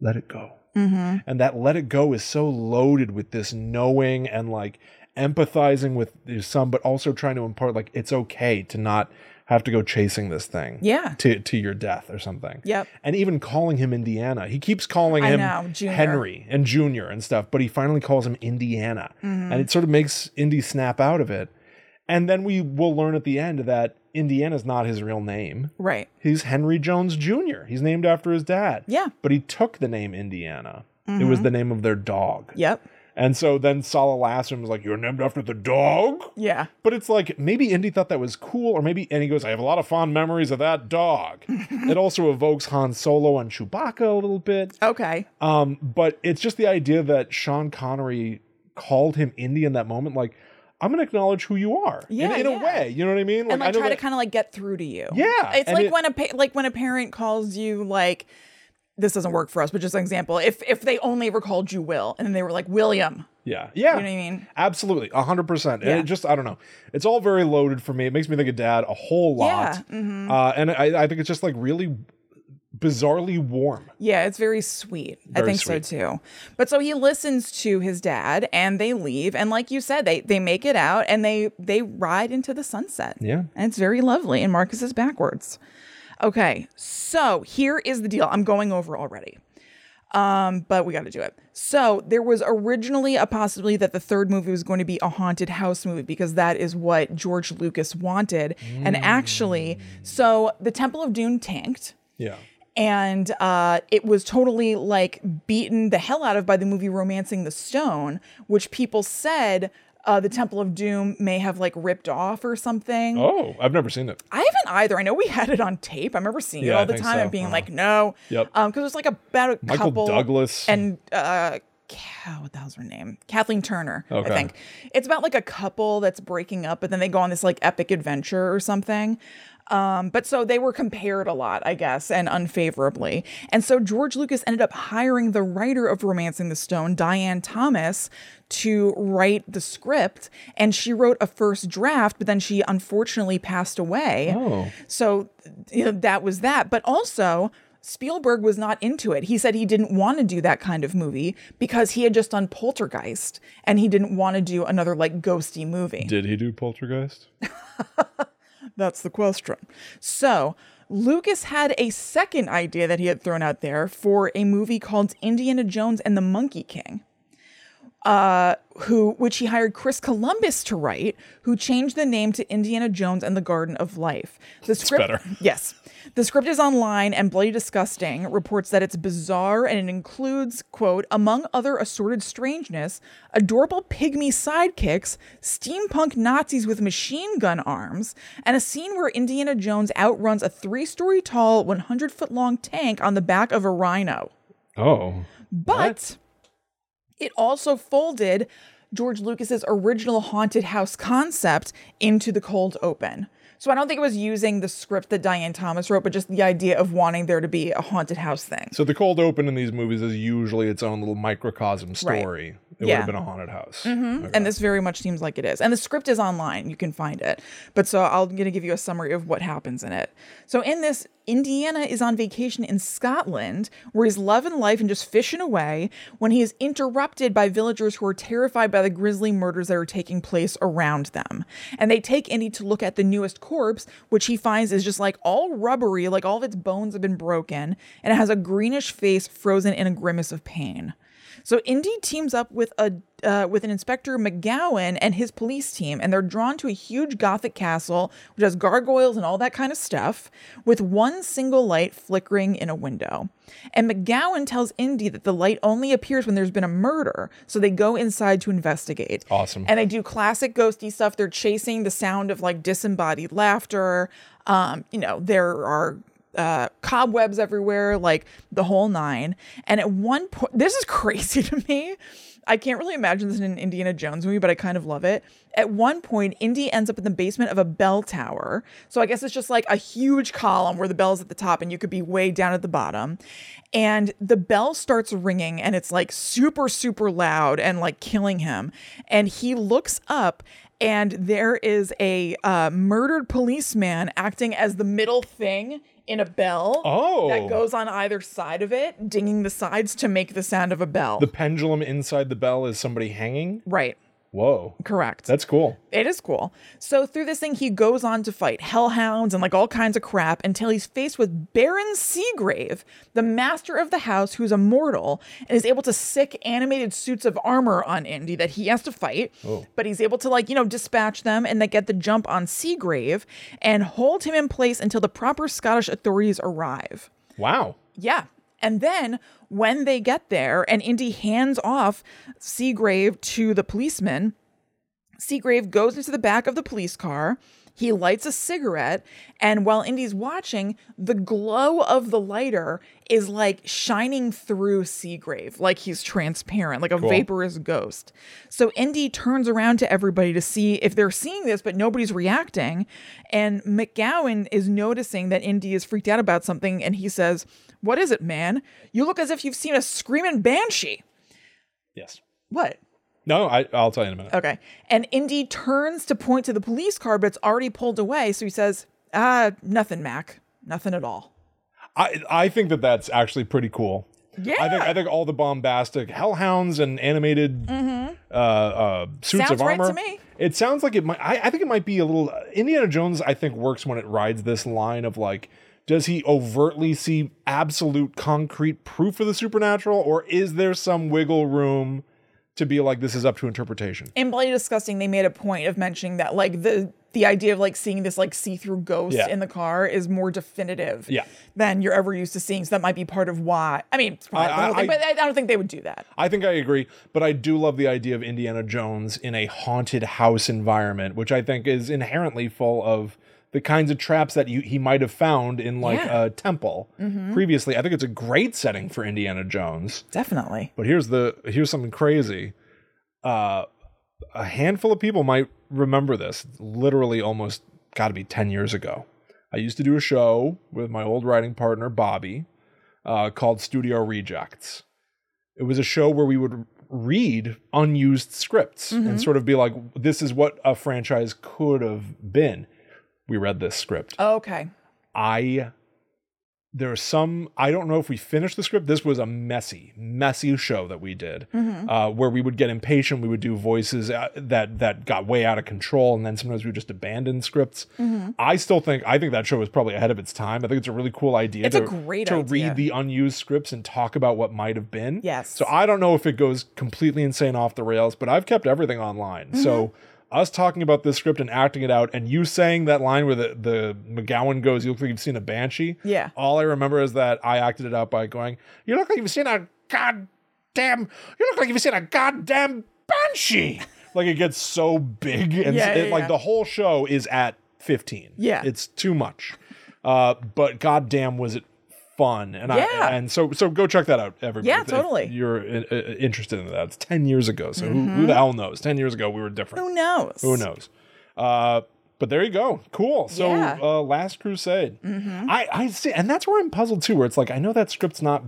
let it go." Mm-hmm. and that let it go is so loaded with this knowing and like empathizing with some but also trying to impart like it's okay to not have to go chasing this thing Yeah. to, to your death or something Yep. and even calling him indiana he keeps calling I him know, Junior. henry and Mm-hmm. junior and stuff but he finally calls him indiana and it sort of makes indy snap out of it And then we will learn at the end that Indiana's not his real name. Right. He's Henry Jones Jr. He's named after his dad. Yeah. Mm-hmm. But he took the name Indiana. It was the name of their dog. Yep. And so then Sala Lassum was like, You're named after the dog? Yeah. But it's like maybe Indy thought that was cool, or maybe and he goes, I have a lot of fond memories of that dog. it also evokes Han Solo and Chewbacca a little bit. Okay. Um, but it's just the idea that Sean Connery called him Indy in that moment, like, I'm gonna acknowledge who you are. in- Yeah, in, yeah. a way. You know what I mean? and I like know try to that- kind of like get through to you. Yeah, it's and like it- when a pa- like when a parent calls you like this doesn't work for us, but just an example. If if they only ever called you Will, and then they were like William, Yeah. Yeah. you know what I mean? Absolutely. 100%. And Yeah. it just, I don't know. It's all very loaded for me. It makes me think of dad a whole lot. Yeah, mhm. Uh, and I, I think it's just like really bizarrely warm. Yeah, it's very sweet. I Very think sweet. so too. But so he listens to his dad, and they leave, and like you said, they they make it out, and they they ride into the sunset. Yeah. and it's very lovely. And Marcus is backwards. Okay, so here is the deal. I'm going over already. Um, but we got to do it. So there was originally a possibility that the third movie was going to be a haunted house movie because that is what George Lucas wanted. Mm. And actually, so the Temple of Doom tanked Yeah. and uh, it was totally like beaten the hell out of by the movie Romancing the Stone, which people said uh, the Temple of Doom may have like ripped off or something. Oh, I've never seen it. I haven't either. I know we had it on tape. I remember seeing it Yeah, all I the think time so. and being Uh-huh. like, no. Yep. Um, because it was like about a Michael couple Douglas. and uh Ca- what the hell's her name? Kathleen Turner, I Okay. think. It's about like a couple that's breaking up, but then they go on this like epic adventure or something. Um, but so they were compared a lot, I guess, and unfavorably. And so George Lucas ended up hiring the writer of Romancing the Stone, Diane Thomas, to write the script. And she wrote a first draft, but then she unfortunately passed away. Oh. So you know, that was that. But also, Spielberg was not into it. He said he didn't want to do that kind of movie because he had just done Poltergeist and he didn't want to do another like ghosty movie. Did he do Poltergeist? That's the question. So, Lucas had a second idea that he had thrown out there for a movie called Indiana Jones and the Monkey King. Uh, who which he hired Chris Columbus to write, who changed the name to Indiana Jones and the Garden of Life. The script better. Yes. The script is online and Bloody Disgusting reports that it's bizarre and it includes, quote, among other assorted strangeness, adorable pygmy sidekicks, steampunk Nazis with machine gun arms, and a scene where Indiana Jones outruns a three story tall, 100 foot long tank on the back of a rhino. Oh. But it also folded George Lucas's original haunted house concept into the cold open. So I don't think it was using the script that Diane Thomas wrote, but just the idea of wanting there to be a haunted house thing. So the cold open in these movies is usually its own little microcosm story. It would Yeah. Mm-hmm. have been a haunted house. And this very much seems like it is. And the script is online. You can find it. But so I'm going to give you a summary of what happens in it. So, in this, Indiana is on vacation in Scotland where he's loving life and just fishing away when he is interrupted by villagers who are terrified by the grisly murders that are taking place around them. And they take Indy to look at the newest corpse, which he finds is just like all rubbery, like all of its bones have been broken, and it has a greenish face frozen in a grimace of pain. So Indy teams up with a uh, with an inspector McGowan and his police team, and they're drawn to a huge Gothic castle which has gargoyles and all that kind of stuff, with one single light flickering in a window. And McGowan tells Indy that the light only appears when there's been a murder, so they go inside to investigate. Awesome. And they do classic ghosty stuff. They're chasing the sound of like disembodied laughter. Um, you know, there are uh, cobwebs everywhere, like the whole nine. And at one point, this is crazy to me. I can't really imagine this in an Indiana Jones movie, but I kind of love it. At one point, Indy ends up in the basement of a bell tower. So I guess it's just like a huge column where the bell's at the top and you could be way down at the bottom. And the bell starts ringing and it's like super, super loud and like killing him. And he looks up and there is a uh, murdered policeman acting as the middle thing in a bell Oh. that goes on either side of it, dinging the sides to make the sound of a bell. The pendulum inside the bell is somebody hanging. right. Whoa. Correct. That's cool. It is cool. So through this thing, he goes on to fight hellhounds and like all kinds of crap until he's faced with Baron Seagrave, the master of the house, who's immortal and is able to sick animated suits of armor on Indy that he has to fight. But he's able to like you know dispatch them and they get the jump on Seagrave and hold him in place until the proper Scottish authorities arrive. Wow. Yeah. And then when they get there and Indy hands off Seagrave to the policeman, Seagrave goes into the back of the police car. He lights a cigarette, and while Indy's watching, the glow of the lighter is like shining through Seagrave, like he's transparent, like a vaporous ghost. So Indy turns around to everybody to see if they're seeing this, but nobody's reacting. And McGowan is noticing that Indy is freaked out about something, and he says, What is it, man? You look as if you've seen a screaming banshee. Yes. What? No, I, I'll tell you in a minute. Okay. And Indy turns to point to the police car, but it's already pulled away. So he says, ah, nothing, Mac. Nothing at all. I I think that that's actually pretty cool. Yeah. I think I think all the bombastic hellhounds and animated uh, uh, suits Mm-hmm. Sounds of right to armor. me. It sounds like it might. I, I think it might be a little. uh, Indiana Jones, I think, works when it rides this line of like, does he overtly see absolute concrete proof of the supernatural, or is there some wiggle room to be like, this is up to interpretation? In Bloody Disgusting, they made a point of mentioning that, like, the the idea of like seeing this like see-through ghost Yeah. in the car is more definitive Yeah. than you're ever used to seeing. So that might be part of why. I mean, it's probably I- not the whole I- thing, but I, I don't think they would do that. I think I agree, but I do love the idea of Indiana Jones in a haunted house environment, which I think is inherently full of the kinds of traps that you, he might have found in like Yeah. a temple previously. I think it's a great setting for Indiana Jones. Definitely. But here's the here's something crazy. Uh, a handful of people might remember this. Literally, almost got to be ten years ago. I used to do a show with my old writing partner Bobby uh, called Studio Rejects. It was a show where we would read unused scripts and sort of be like, "This is what a franchise could have been." We read this script. Okay. I there are some I don't know if we finished the script. This was a messy, messy show that we did, Mm-hmm. uh, where we would get impatient. We would do voices uh, that that got way out of control, and then sometimes we would just abandon scripts. Mm-hmm. I still think I think that show was probably ahead of its time. I think it's a really cool idea. It's a to, great to idea. read the unused scripts and talk about what might have been. Yes. So I don't know if it goes completely insane off the rails, but I've kept everything online. So Mm-hmm. us talking about this script and acting it out, and you saying that line where the, the McGowan goes, "You look like you've seen a banshee." Yeah. All I remember is that I acted it out by going, "You look like you've seen a goddamn. You look like you've seen a goddamn banshee." like it gets so big, and Yeah, it- yeah, like yeah. the whole show is at fifteen. Yeah. It's too much. Uh, but goddamn, was it fun? And Yeah. I and so so go check that out, everybody. Yeah, if- if totally. you're in, uh, interested in that. It's ten years ago, so who, who the hell knows? Ten years ago, we were different. Mm-hmm. Who knows? Who knows? Uh, but there you go. Cool. So Yeah. Mm-hmm. uh, Last Crusade. I I see, and that's where I'm puzzled too. Where it's like I know that script's not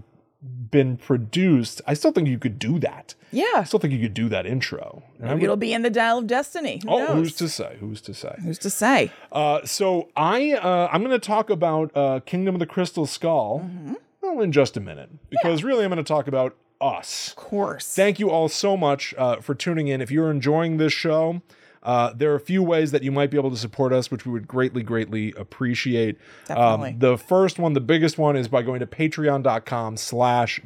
been produced. I still think you could do that. Yeah. I still think you could do that intro. And I would- It'll be in the dial of destiny. Who oh, knows? who's to say? Who's to say? Who's to say? Uh, so I uh, I'm going to talk about uh, Kingdom of the Crystal Skull Mm-hmm. well, in just a minute because really I'm going to talk about us. Of course. Thank you all so much uh, for tuning in. If you're enjoying this show, uh, there are a few ways that you might be able to support us, which we would greatly, greatly appreciate. Um, Definitely. the first one, the biggest one, is by going to patreon.com slash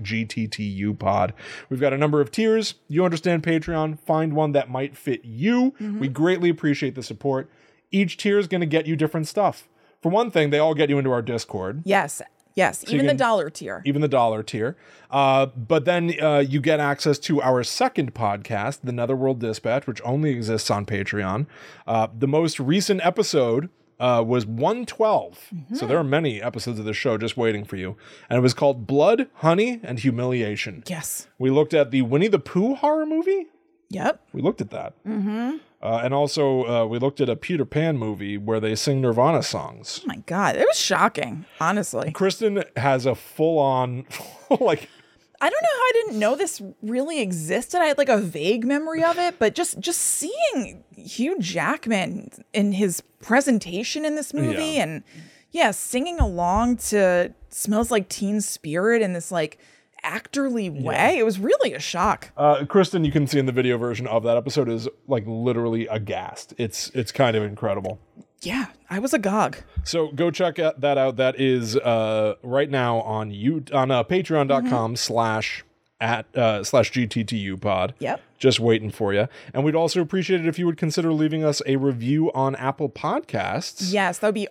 gttupod. We've got a number of tiers. You understand Patreon. Find one that might fit you. We greatly appreciate the support. Each tier is going to get you different stuff. For one thing, they all get you into our Discord Yes. Yes. Even the can- dollar tier. even the dollar tier. Uh, but then uh, you get access to our second podcast, The Netherworld Dispatch, which only exists on Patreon. Uh, the most recent episode. Uh, was 112. So there are many episodes of this show just waiting for you. And it was called Blood, Honey, and Humiliation. Yes. We looked at the Winnie the Pooh horror movie. Yep. We looked at that. Mm-hmm. Uh, and also, uh, we looked at a Peter Pan movie where they sing Nirvana songs. Oh my god it was shocking honestly Kristen has a full on, like, i don't know how i didn't know this really existed i had like a vague memory of it but just just seeing hugh jackman in his presentation in this movie Yeah. and yeah singing along to smells like teen spirit and this like actorly way. It was really a shock. Uh, Kristen, you can see in the video version of that episode is like literally aghast. It's it's kind of incredible. Yeah, I was agog. So go check out- that out. That is uh, right now on you on uh, Patreon.com Mm-hmm. slash at uh, slash GTTU pod. Yep. Just waiting for you. And we'd also appreciate it if you would consider leaving us a review on Apple Podcasts. Yes, that would be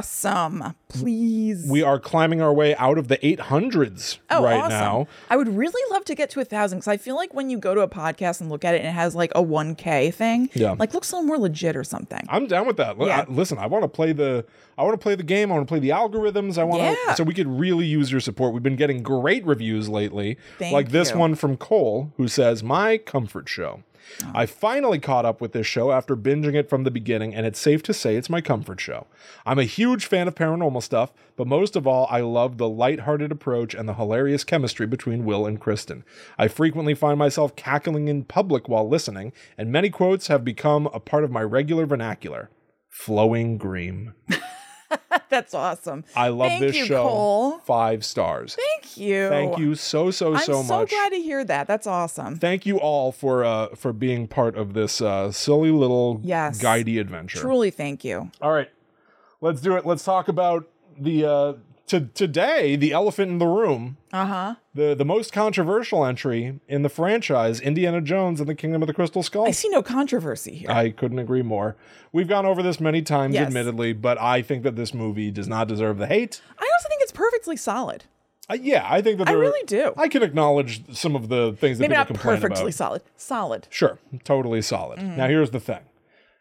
awesome. Please. We are climbing our way out of the 800s Oh, right awesome. now. I would really love to get to a thousand because I feel like when you go to a podcast and look at it and it has like a 1K thing, Yeah. like looks a little more legit or something. I'm down with that. Li- Yeah. I- listen, I want to play the I want to play the game. I want to play the algorithms. I want to Yeah. so we could really use your support. We've been getting great reviews lately. Thank like this you. one from Cole who says, "My comfort show. Oh. I finally caught up with this show after binging it from the beginning and it's safe to say it's my comfort show. I'm a huge fan of paranormal stuff, but most of all, I love the lighthearted approach and the hilarious chemistry between Will and Kristen. I frequently find myself cackling in public while listening, and many quotes have become a part of my regular vernacular. Flowing green. That's awesome. I love Thank this you, show. Cole. Five stars. Thank you. Thank you so so I'm so so, much. glad to hear that. That's awesome. Thank you all for uh for being part of this uh silly little Yes. guidey adventure. Truly, thank you. All right. Let's do it. Let's talk about the uh to today, the elephant in the room. Uh huh. The the most controversial entry in the franchise, Indiana Jones and the Kingdom of the Crystal Skull. I see no controversy here. I couldn't agree more. We've gone over this many times, Yes. admittedly, but I think that this movie does not deserve the hate. I also think it's perfectly solid. Uh, yeah, I think that there I really do. I can acknowledge some of the things that Maybe people not complain perfectly about. solid. Solid. Sure, totally solid. Mm-hmm. Now, here's the thing.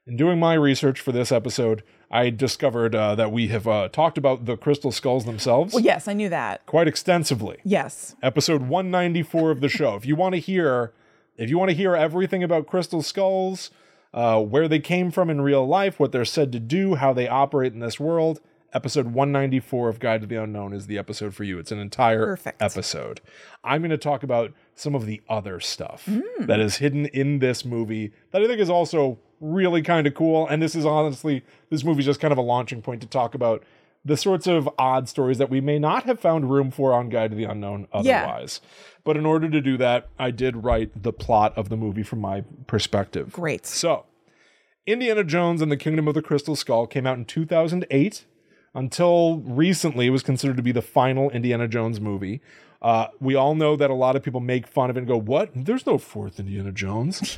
In doing my research for this episode, I discovered uh, that we have uh, talked about the crystal skulls themselves Well, yes, I knew that. quite extensively. Yes. Episode 194 of the show. if you want to hear, if you want to hear everything about crystal skulls, uh, where they came from in real life, what they're said to do, how they operate in this world, episode 194 of Guide to the Unknown is the episode for you. It's an entire Perfect. episode. I'm going to talk about some of the other stuff that is hidden in this movie that I think is also really kind of cool. And this is honestly, this movie's just kind of a launching point to talk about the sorts of odd stories that we may not have found room for on Guide to the Unknown Yeah. otherwise. But in order to do that, I did write the plot of the movie from my perspective. Great. So, Indiana Jones and the Kingdom of the Crystal Skull came out in 2008. Until recently, it was considered to be the final Indiana Jones movie. Uh, we all know that a lot of people make fun of it and go, What? There's no fourth Indiana Jones.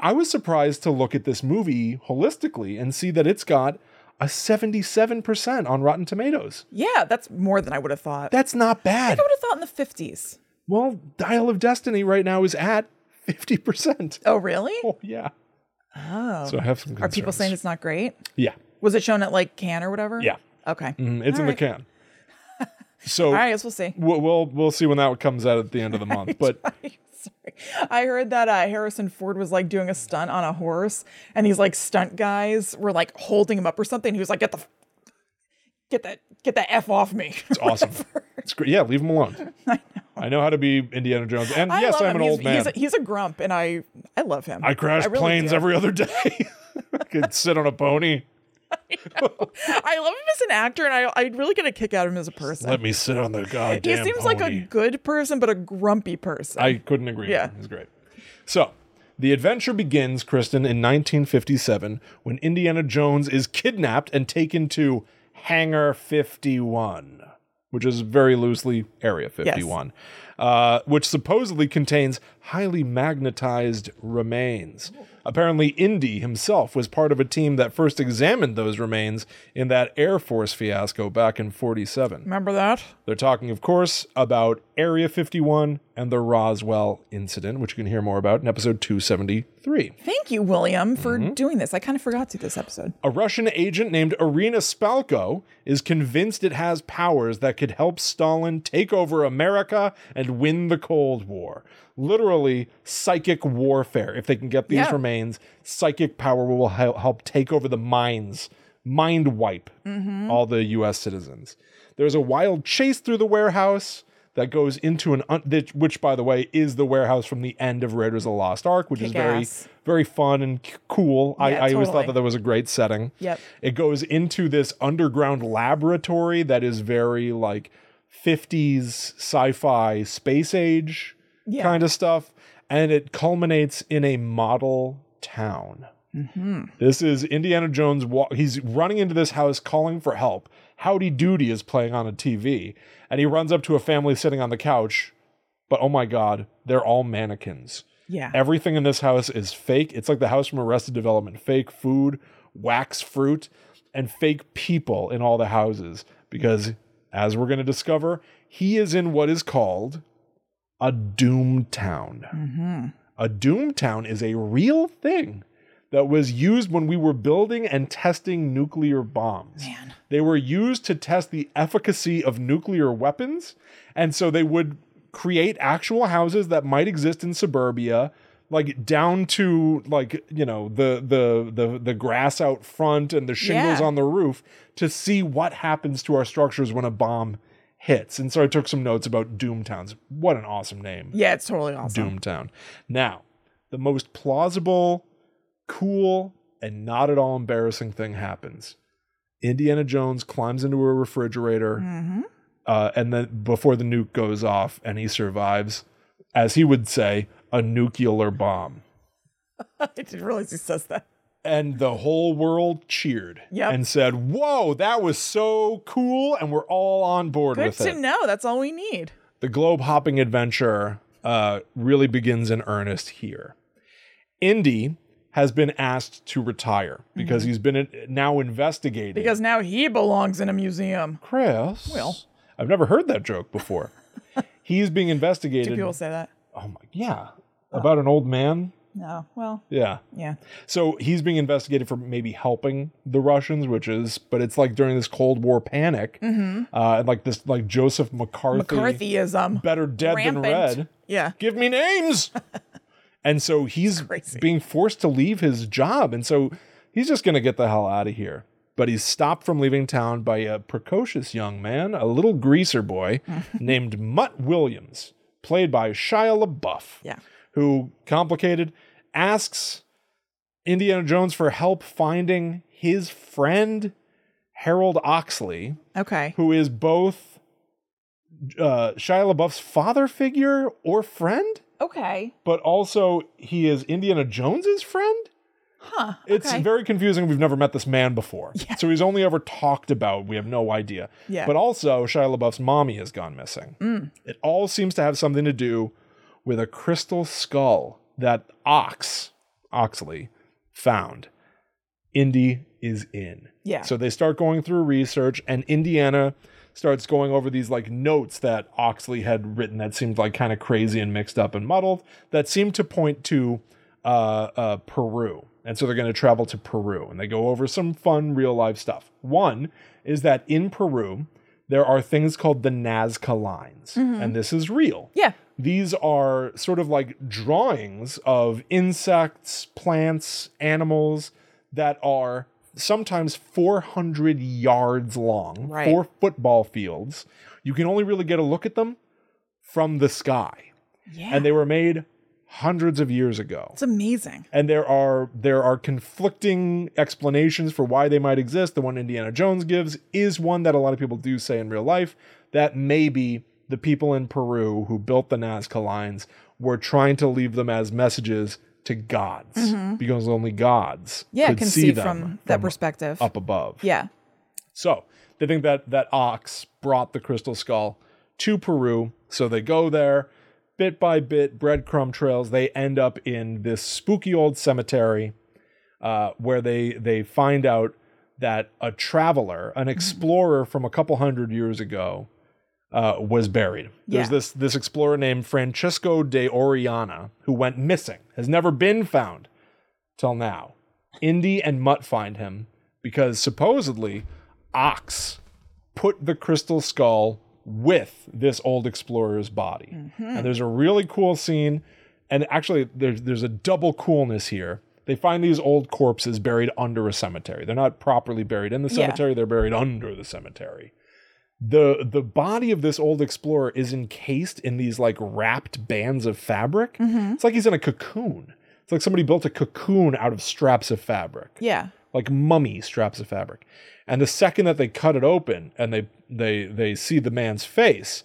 I was surprised to look at this movie holistically and see that it's got a 77% on Rotten Tomatoes. Yeah, that's more than I would have thought. That's not bad. I would have thought in the 50s. Well, Dial of Destiny right now is at 50%. Oh, really? Oh, yeah. Oh. So I have some Are concerns. people saying it's not great? Yeah. Was it shown at like Cannes or whatever? Yeah. Okay. Mm, It's in All right. the can. So All right, I guess we'll see. we'll, we'll we'll see when that comes out at the end of the month. But Sorry. I heard that uh, Harrison Ford was like doing a stunt on a horse, and these like stunt guys were like holding him up or something. He was like, "Get the, f- get that, get that f off me." it's awesome. It's great. Yeah, leave him alone. I know. how to be Indiana Jones. And I yes, love I'm him. an he's, old man. He's a, he's a grump, and I I love him. I crash really planes do. every other day. Could sit on a pony. I love him as an actor, and I I really get a kick out of him as a person. Let me sit on the goddamn. he seems like a pony. good person, but a grumpy person. I couldn't agree. Yeah. more. it's great. So the adventure begins, Kristen, in 1957 when Indiana Jones is kidnapped and taken to Hangar 51, which is very loosely Area 51, uh, which supposedly contains highly magnetized remains. Apparently, Indy himself was part of a team that first examined those remains in that Air Force fiasco back in 47. Remember that? They're talking, of course, about Area 51 and the Roswell incident, which you can hear more about in episode 273. Thank you, William, for Mm-hmm. doing this. I kind of forgot to this episode. A Russian agent named Irina Spalko is convinced it has powers that could help Stalin take over America and win the Cold War. Literally, psychic warfare. If they can get these Yeah. remains, psychic power will hel- help take over the minds, mind wipe Mm-hmm. all the U.S. citizens. There's a wild chase through the warehouse that goes into an, un- that- which, by the way, is the warehouse from the end of Raiders of the Lost Ark, which is very, Kick-ass. very fun and c- cool. I, Yeah, I always thought totally. that that was a great setting. Yep. It goes into this underground laboratory that is very like 50s sci-fi space age Yeah. kind of stuff and it culminates in a model town Mm-hmm. this is indiana jones wa- he's running into this house calling for help howdy doody is playing on a tv and he runs up to a family sitting on the couch but oh my god they're all mannequins yeah. Everything in this house is fake. It's like the house from Arrested Development fake food, wax fruit, and fake people in all the houses. Because, as we're going to discover, he is in what is called a doom town. A doom town is a real thing that was used when we were building and testing nuclear bombs. Man. They were used to test the efficacy of nuclear weapons. And so they would create actual houses that might exist in suburbia, like down to like, you know, the the the the grass out front and the shingles Yeah. on the roof to see what happens to our structures when a bomb hits. And so I took some notes about Doomtowns. What an awesome name. Yeah, it's totally awesome. Doomtown. Now, the most plausible, cool, and not at all embarrassing thing happens. Indiana Jones climbs into a refrigerator, Mm. Mm-hmm. uh, and then before the nuke goes off, and he survives, as he would say, a nuclear bomb. I didn't realize he says that. And the whole world cheered Yep. and said, Whoa, that was so cool. And we're all on board Good with to it. know. That's all we need. the globe hopping adventure uh, really begins in earnest here. Indy has been asked to retire because he's been in, now investigating. Mm-hmm. Because now he belongs in a museum. Chris, Well. I've never heard that joke before. he's being Do investigated. people say that? oh my, yeah, Oh. about an old man. No. Well, Yeah. yeah. So he's being investigated for maybe helping the Russians, which is, but it's like during this Cold War panic, Mm-hmm. uh, and like this, like Joseph McCarthy, McCarthyism. better dead Rampant. than red. Yeah. give me names. and so he's Crazy. being forced to leave his job. And so he's just going to get the hell out of here. But he's stopped from leaving town by a precocious young man, a little greaser boy named Mutt Williams, played by Shia LaBeouf, Yeah. who, complicated, asks Indiana Jones for help finding his friend, Harold Oxley, Okay. who is both uh, Shia LaBeouf's father figure or friend, Okay. but also he is Indiana Jones's friend. Huh. It's okay. very confusing. We've never met this man before, so he's only ever talked about. We have no idea. Yeah. Mm. But also, Shia LaBeouf's mommy has gone missing. It all seems to have something to do with a crystal skull that Ox Oxley found. Indy is in. Yeah. So they start going through research, and Indiana starts going over these like notes that Oxley had written that seemed like kind of crazy and mixed up and muddled that seemed to point to uh, uh, Peru. And so they're going to travel to Peru and they go over some fun real life stuff. One is that in Peru, there are things called the Nazca lines, and this is real. yeah. These are sort of like drawings of insects, plants, animals that are sometimes 400 yards long, Right. four football fields. You can only really get a look at them from the sky. Yeah. And they were made hundreds of years ago it's amazing. and there are there are conflicting explanations for why they might exist. The one Indiana Jones gives is one that a lot of people do say in real life that maybe the people in Peru who built the Nazca lines were trying to leave them as messages to gods because only gods Mm-hmm. Yeah, I could can see, see, them from, that perspective. up above. Yeah. So they think that that ox brought the crystal skull to Peru. So they go there, bit by bit, breadcrumb trails. They end up in this spooky old cemetery, uh, where they they find out that a traveler, an explorer from a couple hundred years ago, uh, was buried. There's Yeah. this this explorer named Francisco de Oriana who went missing, has never been found till now. Indy and Mutt find him because supposedly Ox put the crystal skull with this old explorer's body. And there's a really cool scene, and actually there's there's a double coolness here. They find these old corpses buried under a cemetery. They're not properly buried in the Yeah. cemetery, they're buried under the cemetery. The the body of this old explorer is encased in these like wrapped bands of fabric. It's like he's in a cocoon. It's like somebody built a cocoon out of straps of fabric Yeah. like mummy straps of fabric. And the second that they cut it open and they they they see the man's face,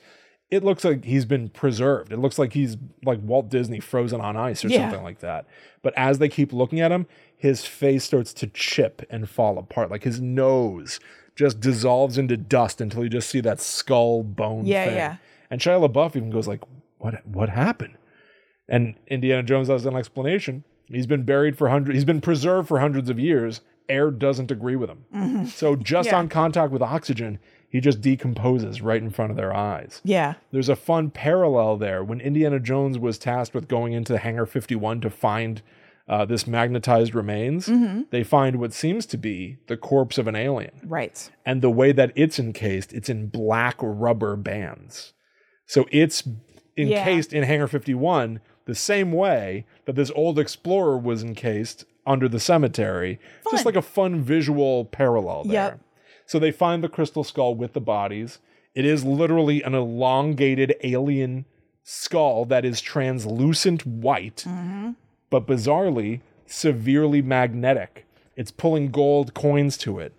it looks like he's been preserved. It looks like he's like Walt Disney frozen on ice or Yeah. something like that. But as they keep looking at him, his face starts to chip and fall apart. Like his nose just dissolves into dust until you just see that skull bone Yeah, thing. yeah. And Shia LaBeouf even goes like, "What? What happened?" And Indiana Jones has an explanation. He's been buried for hundreds. He's been preserved for hundreds of years. Air doesn't agree with him. So just Mm-hmm. Yeah. on contact with oxygen, he just decomposes right in front of their eyes. Yeah. There's a fun parallel there. When Indiana Jones was tasked with going into Hangar 51 to find uh, this magnetized remains, Mm-hmm. they find what seems to be the corpse of an alien Right. and the way that it's encased, it's in black rubber bands. So it's encased in Hangar 51 the same way that this old explorer was encased under the cemetery. Just Fun. like a fun visual parallel there. Yep. So they find the crystal skull with the bodies. It is literally an elongated alien skull that is translucent white but bizarrely, severely magnetic. It's pulling gold coins to it.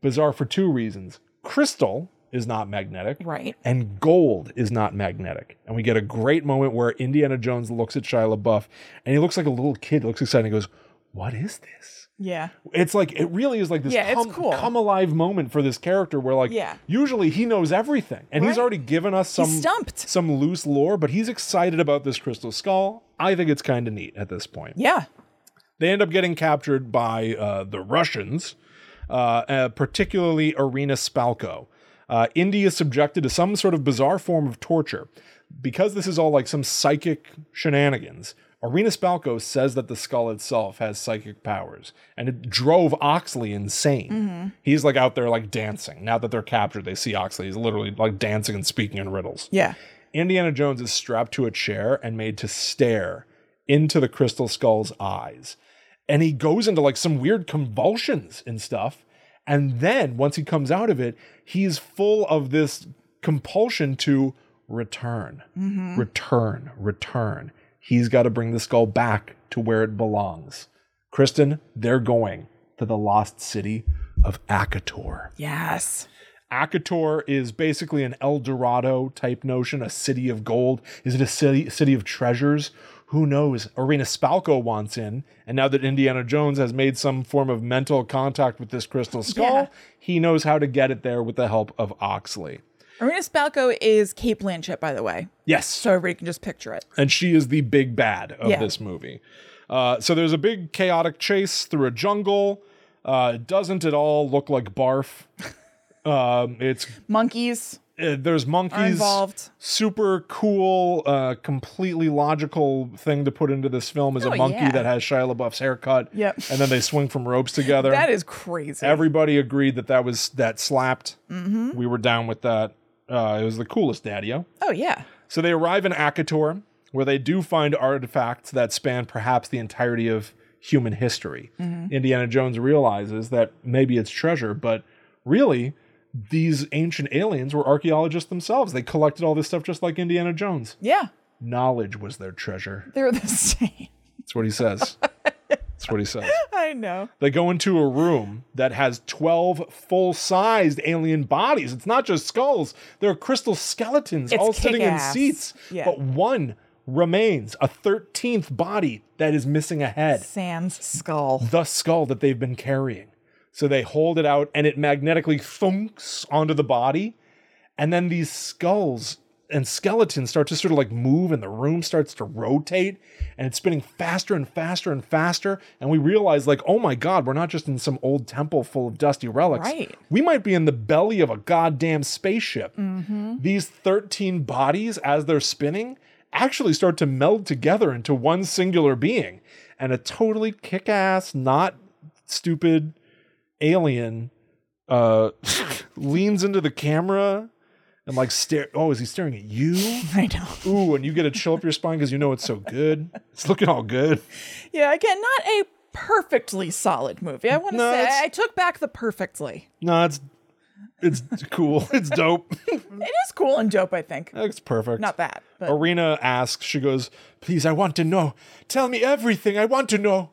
Bizarre for two reasons. Crystal is not magnetic, Right. and gold is not magnetic. And we get a great moment where Indiana Jones looks at Shia LaBeouf and he looks like a little kid, looks excited, and goes, What is this? Yeah. It's like, it really is like this Yeah, it's come, cool. come alive moment for this character where, like, Yeah. usually he knows everything. And he's Right. already given us some, stumped. some loose lore, but he's excited about this crystal skull. I think it's kind of neat at this point. Yeah. They end up getting captured by uh, the Russians, uh, uh, particularly Irina Spalko. Uh, Indy is subjected to some sort of bizarre form of torture. Because this is all like some psychic shenanigans, Irina Spalko says that the skull itself has psychic powers, and it drove Oxley insane. He's like out there like dancing. Now that they're captured, they see Oxley. He's literally like dancing and speaking in riddles. Yeah. Indiana Jones is strapped to a chair and made to stare into the crystal skull's eyes. And he goes into like some weird convulsions and stuff. And then once he comes out of it, he's full of this compulsion to return, return, return. He's got to bring the skull back to where it belongs. Kristen, they're going to the lost city of Akator. Yes. Akator is basically an El Dorado type notion, a city of gold. Is it a city city of treasures? Who knows? Arena Spalko wants in, and now that Indiana Jones has made some form of mental contact with this crystal skull, Yeah. he knows how to get it there with the help of Oxley. Arena Spalco is Kate Blanchett, by the way. Yes. So everybody can just picture it. and she is the big bad of Yeah. this movie. Uh, so there's a big chaotic chase through a jungle. Uh, it doesn't at all look like barf. Um, it's Monkeys uh, there's monkeys are involved. super cool, uh, completely logical thing to put into this film is Oh, a monkey yeah. that has Shia LaBeouf's haircut. Yep. And then they swing from ropes together. That is crazy. Everybody agreed that that was that slapped. Mm-hmm. We were down with that. Uh, it was the coolest daddy oh, yeah. So they arrive in Akator, where they do find artifacts that span perhaps the entirety of human history. Indiana Jones realizes that maybe it's treasure, but really, these ancient aliens were archaeologists themselves. They collected all this stuff just like Indiana Jones Yeah. knowledge was their treasure. They're the same. That's what he says. That's what he says. I know. They go into a room that has 12 full sized alien bodies. It's not just skulls, there are crystal skeletons It's all sitting in kick-ass. seats. Yeah. But one remains a 13th body that is missing a head Sans skull. the skull that they've been carrying. So they hold it out and it magnetically thunks onto the body. And then these skulls and skeletons start to sort of like move and the room starts to rotate and it's spinning faster and faster and faster. And we realize, like, oh my God, we're not just in some old temple full of dusty relics. Right. We might be in the belly of a goddamn spaceship. These 13 bodies, as they're spinning, actually start to meld together into one singular being. And a totally kick ass, not stupid alien uh, leans into the camera and like stare. Oh, is he staring at you? I know. Ooh, and you get a chill up your spine because you know it's so good. It's looking all good. Yeah, again, not a perfectly solid movie. I want to No, say it's- I, I took back the perfectly. No, it's it's cool. It's dope. It is cool and dope, I think. It's perfect. Not that, oh, but Arena asks, she goes, Please, I want to know. Tell me everything I want to know.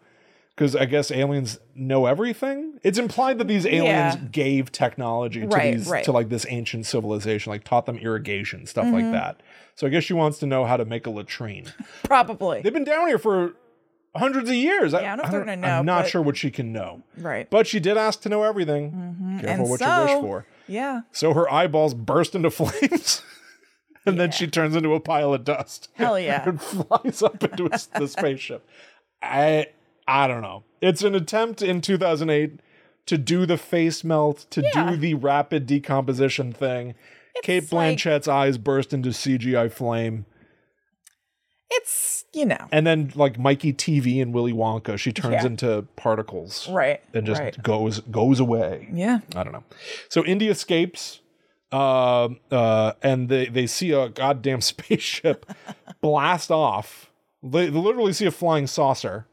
because I guess aliens know everything. It's implied that these aliens Yeah. gave technology to Right, these right. to like this ancient civilization, like taught them irrigation stuff Mm-hmm. like that. So I guess she wants to know how to make a latrine. Probably. They've been down here for hundreds of years. Yeah, I don't know if they're gonna know, I'm not but- sure what she can know, right. Mm-hmm. but she did ask to know everything. Careful And what you so- wish for. yeah. So her eyeballs burst into flames. And then she turns into a pile of dust. Hell yeah. and flies up into a, the spaceship. I I don't know. It's an attempt in 2008 to do the face melt, to Yeah. do the rapid decomposition thing. Kate like- Blanchett's eyes burst into CGI flame, It's, you know, and then like Mikey TV and Willy Wonka, she turns Yeah. into particles right. and just right. goes goes away. Yeah. I don't know. So Indy escapes, uh, uh, and they they see a goddamn spaceship blast off. They, they literally see a flying saucer,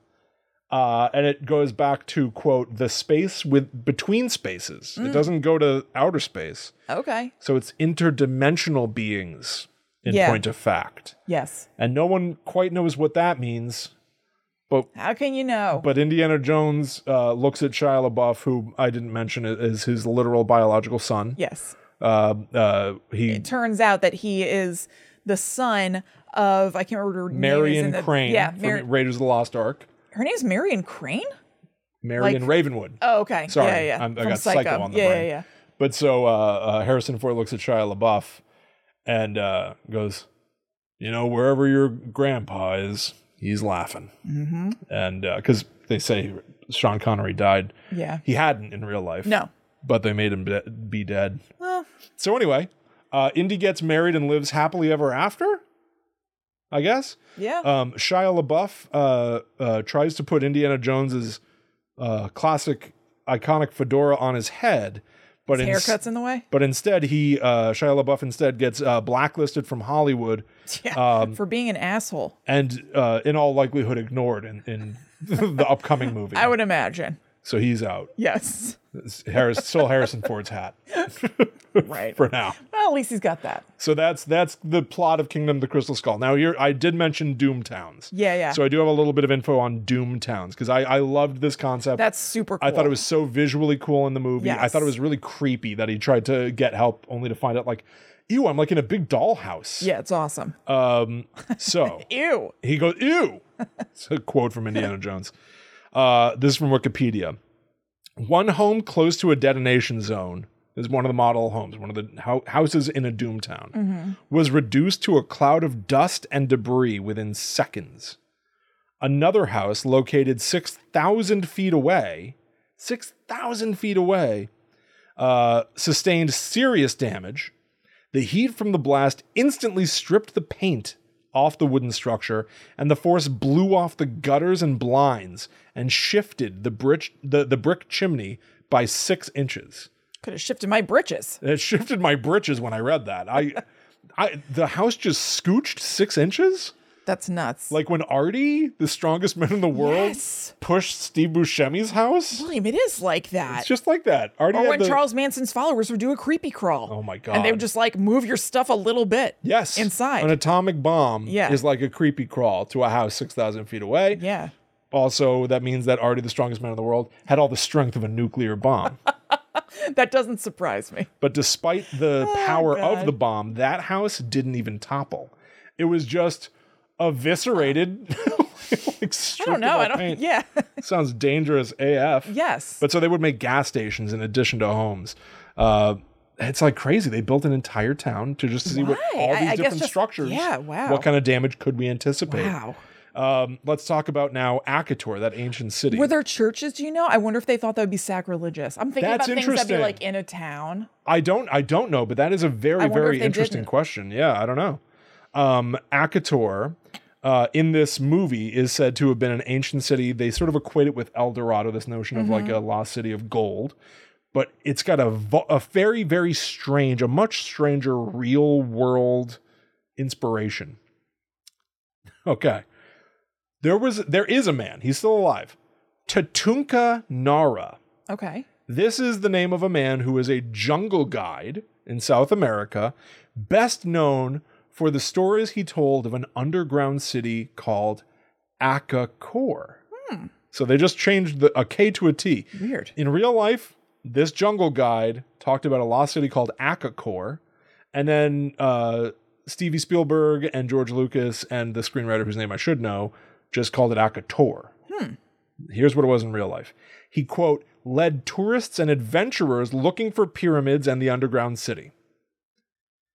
uh, and it goes back to quote the space with between spaces. It doesn't go to outer space, Okay. so it's interdimensional beings in Yeah. point of fact, Yes. and no one quite knows what that means. But How can you know? but Indiana Jones uh, looks at Shia LaBeouf, who I didn't mention i- is his literal biological son. yes. Uh, uh, he It turns out that he is the son of I can't remember her name is in Marion the- Crane Yeah, from Mar- Raiders of the Lost Ark. her name's Marion Crane. Marion Like- Ravenwood. Oh, okay. Sorry, yeah, yeah. yeah. I'm- I From got Psycho on the yeah, brain. yeah, yeah. But so uh, uh, Harrison Ford looks at Shia LaBeouf and uh, goes, "You know, wherever your grandpa is, he's laughing." Mm-hmm. And because they say Sean Connery died, Yeah. he hadn't in real life. No. but they made him de- be dead. Well, So anyway, uh, Indy gets married and lives happily ever after. I guess. yeah. Um, Shia LaBeouf uh, uh, tries to put Indiana Jones's uh, classic, iconic fedora on his head, but His ins- haircuts in the way. but instead he uh, Shia LaBeouf instead gets uh, blacklisted from Hollywood Yeah. Um, for being an asshole. and uh, in all likelihood ignored in, in the upcoming movie. I would imagine. so he's out. Yes. It's Harris still Harrison Ford's hat Right. for now. well, at least he's got that. So that's that's the plot of Kingdom of the Crystal Skull. Now here I did mention Doom Towns. Yeah, yeah. So I do have a little bit of info on Doom Towns because I, I loved this concept. That's super cool. I thought it was so visually cool in the movie. I thought it Yes. was really creepy that he tried to get help only to find out like, ew, I'm like in a big dollhouse. Yeah, it's awesome. Um so Ew. he goes, ew. It's a quote from Indiana Jones. Uh, this is from Wikipedia. One home close to a detonation zone is one of the model homes, one of the hou- houses in a doom town, was reduced to a cloud of dust and debris within seconds. Another house located 6,000 feet away, 6,000 feet away, uh, sustained serious damage. The heat from the blast instantly stripped the paint off the wooden structure, and the force blew off the gutters and blinds and shifted the, bridge, the, the brick chimney by six inches. Could have shifted my britches. It shifted my britches when I read that. I, I the house just scooched six inches. That's nuts. Like when Artie, the strongest man in the world, Yes. pushed Steve Buscemi's house. William, it is like that. It's just like that. Artie Or had when the- Charles Manson's followers would do a creepy crawl. Oh my And they God. would just like move your stuff a little bit. Yes. Inside. An atomic bomb Yeah. is like a creepy crawl to a house 6,000 feet away. Yeah. Also, that means that Artie, the strongest man in the world, had all the strength of a nuclear bomb. That doesn't surprise me. but despite the power of Oh, God. the bomb, that house didn't even topple. It was just eviscerated. like I don't know. I don't. Yeah. Sounds dangerous AF. yes. But so they would make gas stations in addition to homes. Uh, it's like crazy. They built an entire town to just see what Why? all I- these I guess different just- structures. yeah, wow. What kind of damage could we anticipate? wow. Um, let's talk about now Akator, that ancient city. Were there churches? Do you know? I wonder if they thought that would be sacrilegious. I'm thinking That's about things that'd be interesting. like in a town. I don't I don't know, but that is a very wonder very if they interesting didn't. question. Yeah, I don't know. Um Akator uh, in this movie is said to have been an ancient city. They sort of equate it with El Dorado, this notion of like a Mm-hmm. lost city of gold, but it's got a vo- a very very strange, a much stranger real world inspiration. Okay. There was there is a man. He's still alive. Tatunka Nara. Okay. This is the name of a man who is a jungle guide in South America, best known for the stories he told of an underground city called Akakor. So they just changed the, a K to a T. Weird. In real life, this jungle guide talked about a lost city called Akakor, and then uh, Stevie Spielberg and George Lucas and the screenwriter whose name I should know just called it Akator. Here's what it was in real life. He quote led tourists and adventurers looking for pyramids and the underground city.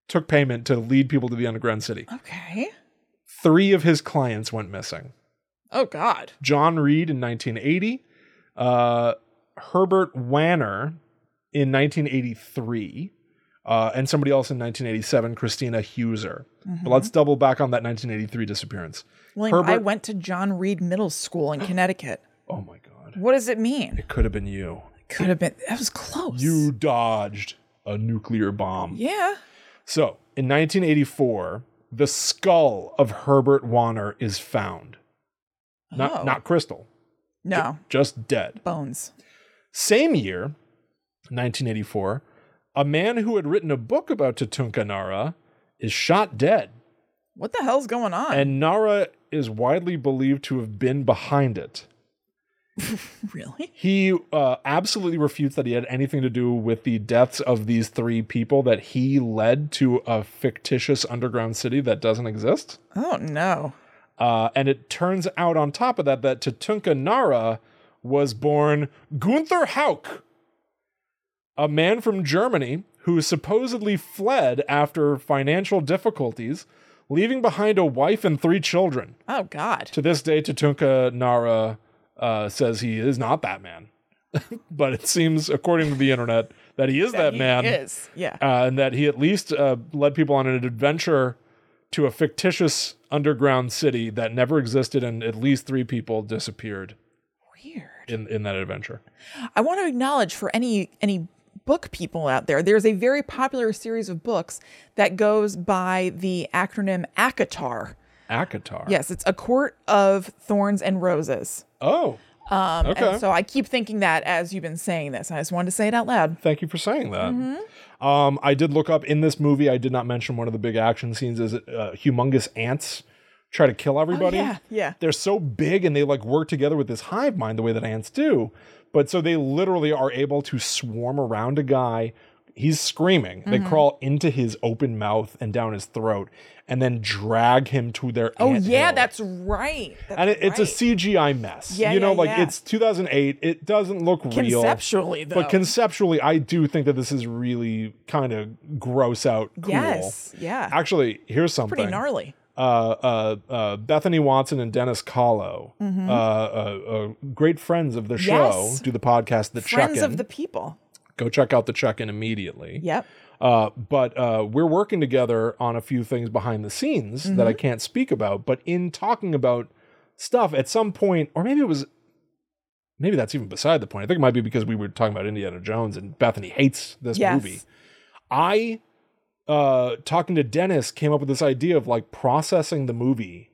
Took payment to lead people to the underground city. Okay. Three of his clients went missing. Oh God. John Reed in 1980, uh, Herbert Wanner in 1983, uh, and somebody else in 1987, Christina Huser. But let's double back on that 1983 disappearance. William, I Herbert- went to John Reed Middle School in Connecticut. Oh my God. What does it mean? It could have been you. Could have been. That was close. You dodged a nuclear bomb. Yeah. So in 1984, the skull of Herbert Wanner is found. Not, Oh. not crystal, No just dead. bones. Same year, 1984, a man who had written a book about Tatunka Nara is shot dead, What the hell's going on? and Nara is widely believed to have been behind it. really? He uh, absolutely refutes that he had anything to do with the deaths of these three people, that he led to a fictitious underground city that doesn't exist. Oh no. Uh, and it turns out, on top of that, that Tatunka Nara was born Gunther Hauk, a man from Germany who supposedly fled after financial difficulties, leaving behind a wife and three children. Oh God. To this day, Tatunka Nara uh, says he is not that man. but it seems, according to the internet, that he is that, He man is. Yeah. uh, and that he at least uh, led people on an adventure to a fictitious underground city that never existed, and at least three people disappeared Weird. in, in that adventure. I want to acknowledge for any any book people out there, there's a very popular series of books that goes by the acronym ACOTAR. Akatar. Yes, it's a court of thorns and roses. Oh. Um, okay. And so I keep thinking that as you've been saying this, and I just wanted to say it out loud. Thank you for saying that. Mm-hmm. Um, I did look up in this movie. I did not mention one of the big action scenes is uh, humongous ants try to kill everybody. Oh, yeah, yeah. They're so big and they like work together with this hive mind the way that ants do. But so they literally are able to swarm around a guy. He's screaming. They Mm-hmm. crawl into his open mouth and down his throat, and then drag him to their. Oh ant yeah, hill. that's right. That's and it, it's a right. CGI mess. Yeah, you know, yeah, like yeah. it's 2008. It doesn't look real. conceptually though. But conceptually, I do think that this is really kind of gross out cool. yes, yeah, Actually, here's something. pretty gnarly. Uh, uh, uh, Bethany Watson and Dennis Callow, uh, uh, uh, great friends of the show, Mm-hmm. Yes. do the podcast The Friends Check-In. of the people. Go check out The Check-In immediately. Yep. Uh, but uh, we're working together on a few things behind the scenes that I Mm-hmm. can't speak about. But in talking about stuff at some point, or maybe it was, maybe that's even beside the point. I think it might be because we were talking about Indiana Jones and Bethany hates this Yes. movie. I, uh, talking to Dennis, came up with this idea of like processing the movie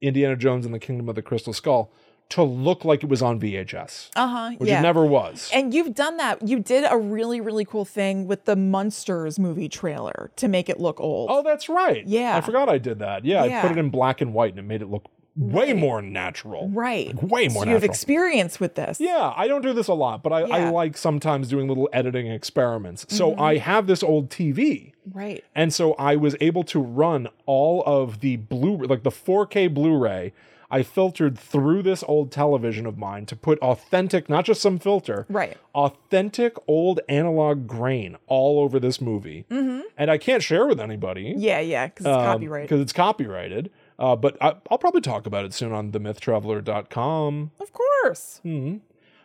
Indiana Jones and the Kingdom of the Crystal Skull to look like it was on VHS, Uh huh. which yeah. it never was. And you've done that. You did a really, really cool thing with the Munsters movie trailer to make it look old. Oh, that's right. Yeah. I forgot I did that. Yeah, I Yeah. put it in black and white and it made it look way more natural. right. Like, way more so you have natural. experience with this. yeah, I don't do this a lot, but I, I Yeah. Mm-hmm. like sometimes doing little editing experiments. So I have this old TV. Right. And so I was able to run all of the Blu like the 4K Blu ray. I filtered through this old television of mine to put authentic, not just some filter, Right. Authentic old analog grain all over this movie. Mm-hmm. And I can't share with anybody Yeah, yeah, because Um, it's copyright. because it's copyrighted. Uh, but I, I'll probably talk about it soon on themythtraveler.com. Of course. Hmm.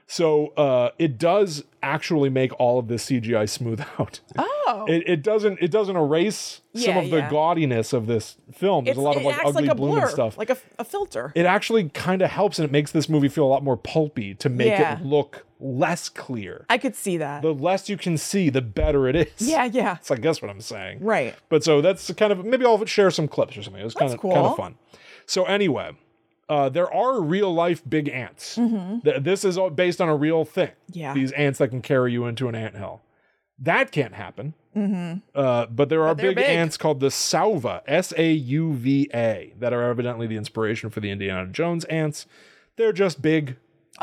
So uh, it does actually make all of this CGI smooth out. Oh. It, it doesn't. It doesn't erase some Yeah, of the yeah. gaudiness of this film. There's It's- a lot of it like acts ugly like a bloom and blur, stuff. like a, f- a filter. it actually kind of helps, and it makes this movie feel a lot more pulpy to make Yeah. it look less clear. I could see that. the less you can see, the better it is. yeah, yeah. That's I guess what I'm saying. Right. But so that's kind of maybe I'll share some clips or something. It was kind of cool. kind of fun. So anyway, uh, there are real life big ants. Th- this is all based on a real thing. Mm-hmm. Yeah. These ants that can carry you into an ant hill. That can't happen. Uh, but there are Mm-hmm. they're big, big. ants called the Sauva, S A U V A, that are evidently the inspiration for the Indiana Jones ants. They're just big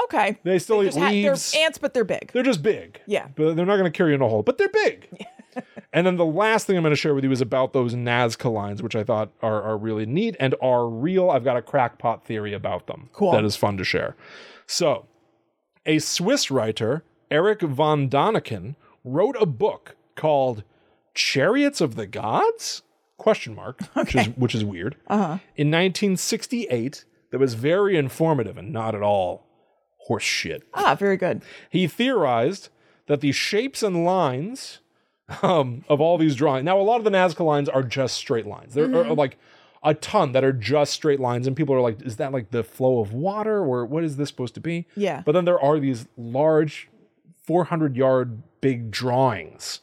Okay. They still eat Just ha- they're leaves. ants, but they're big. They're just big. Yeah. But they're not going to carry you in a hole, but they're big. and then the last thing I'm going to share with you is about those Nazca lines, which I thought are, are really neat and are real. I've got a crackpot theory about them. Cool. That is fun to share. So, a Swiss writer, Eric von Daniken, wrote a book called Chariots of the Gods? Question mark, which is which is weird. Uh-huh. In 1968, that was very informative and not at all horse shit Ah, very good. he theorized that the shapes and lines um, of all these drawings. Now, a lot of the Nazca lines are just straight lines. There are like a ton that are just straight lines, and people are like, "Is that like the flow of water, or what is this supposed to be?" Yeah. But then there are these large, 400 yard big drawings.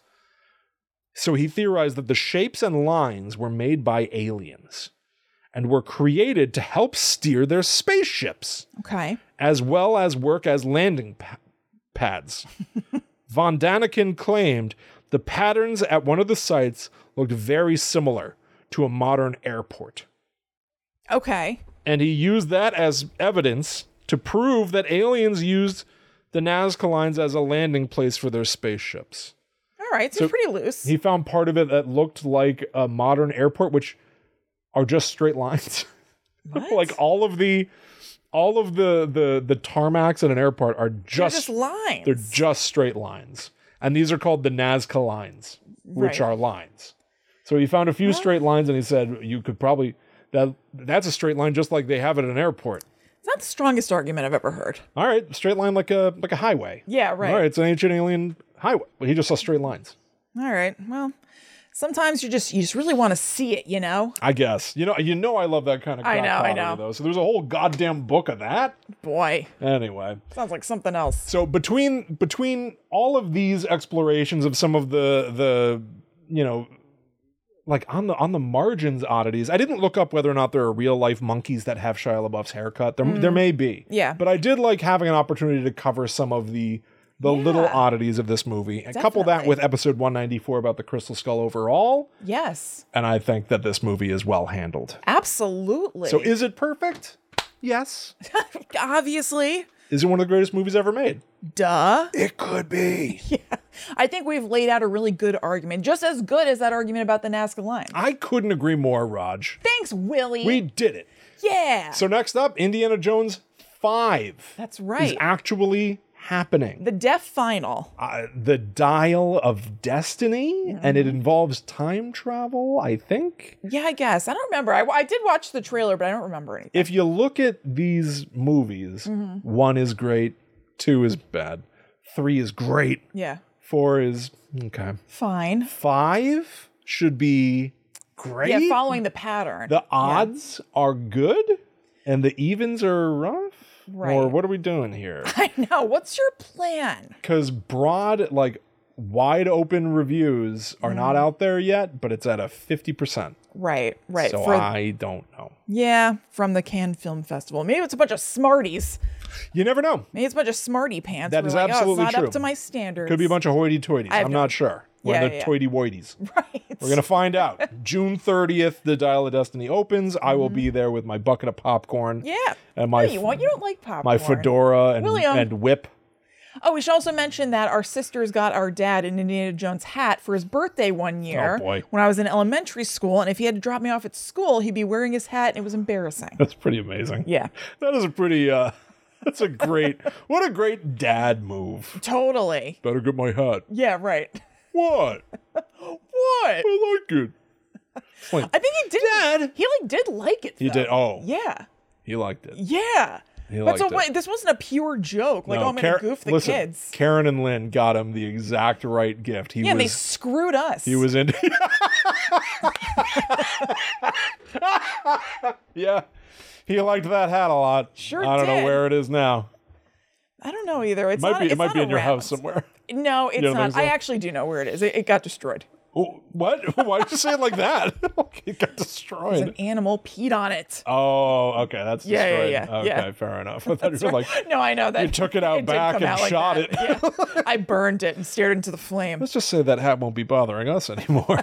So he theorized that the shapes and lines were made by aliens and were created to help steer their spaceships Okay. as well as work as landing pa- pads. Von Daniken claimed the patterns at one of the sites looked very similar to a modern airport. Okay. And he used that as evidence to prove that aliens used the Nazca lines as a landing place for their spaceships. All right. So, pretty loose. He found part of it that looked like a modern airport, which are just straight lines. What? like all of the all of the the the tarmacs at an airport are they're just just lines. they're just straight lines. And these are called the Nazca lines, which Right. are lines. So he found a few straight lines and he said you could probably that that's a straight line just like they have at an airport. it's not the strongest argument I've ever heard. All right, straight line like a like a highway. Yeah. Right. All right, it's an ancient alien highway. But he just saw straight lines. All right. Well, sometimes you just you just really want to see it, you know. I guess. You know you know I love that kind of I know, I cockpottery, know. though. So there's a whole goddamn book of that. Boy, Anyway. sounds like something else. So between between all of these explorations of some of the the you know like on the on the margins oddities, I didn't look up whether or not there are real life monkeys that have Shia LaBeouf's haircut. There there may be. Mm. Yeah. But I did like having an opportunity to cover some of the the little Yeah. oddities of this movie. And couple that Definitely. with episode 194 about the crystal skull overall, Yes, and I think that this movie is well handled. absolutely. So is it perfect? Yes. obviously, Is it one of the greatest movies ever made? duh. It could be. I think we've laid out a really good argument, just as good as that argument about the Nazca line. I couldn't agree more, Raj. Thanks, Willie. We did it. yeah, So next up, Indiana Jones 5 that's is right. actually happening. the deaf final. Uh, the Dial of Destiny, and it involves time travel, I think. Mm-hmm. Yeah, I guess I don't remember. I, I did watch the trailer, but I don't remember anything. If you look at these movies, Mm-hmm. one is great, two is bad, three is great, Yeah, four is okay, fine. five should be great. Yeah, following the pattern. the odds are good and the evens are rough or Right. what are we doing here I know. What's your plan? because broad like wide open reviews are not Mm. out there yet but it's at a 50% Right, right. so For- i don't know Yeah, from the Cannes Film Festival. Maybe it's a bunch of smarties. you never know Maybe it's a bunch of smarty pants. That We're is like, absolutely oh, it's not true. up to my standards. could be a bunch of hoity-toities have i'm no- not sure or Yeah, the yeah, yeah. toity-whities Right. we're gonna find out june 30th the dial of destiny opens i will be there with my bucket of popcorn Mm-hmm. yeah. and What my do you want? You don't like popcorn. my fedora and, William. and whip Oh, we should also mention that our sisters got our dad an Indiana Jones hat for his birthday one year Oh, boy. when I was in elementary school. And if he had to drop me off at school, he'd be wearing his hat and it was embarrassing. that's pretty amazing yeah. That is a pretty uh that's a great what a great dad move. Totally. Better get my hat. Yeah, right. What? What? I like it. It's like, I think he did. Dad! He like did like it. he though. did oh Yeah. he liked it. Yeah. He but so liked it. wait, this wasn't a pure joke. Like, No, oh, I'm gonna Kar- goof the listen, kids. Karen and Lynn got him the exact right gift. He Yeah, and they was screwed us. he was in Yeah. He liked that hat a lot. Sure I don't know did. where it is now. I don't know either. It's Might not, be it it's might not be in your around. house somewhere. No, it's don't not. think so? I actually do know where it is. It, it got destroyed. Oh, What? Why did you say it like that? it got destroyed. An animal peed on it. oh, okay. That's Yeah, yeah, destroyed. yeah, okay, yeah. fair enough. I thought you were like, no, I know that you took it out did back come and like shot that. Yeah. I burned it and stared into the flame. let's just say that hat won't be bothering us anymore.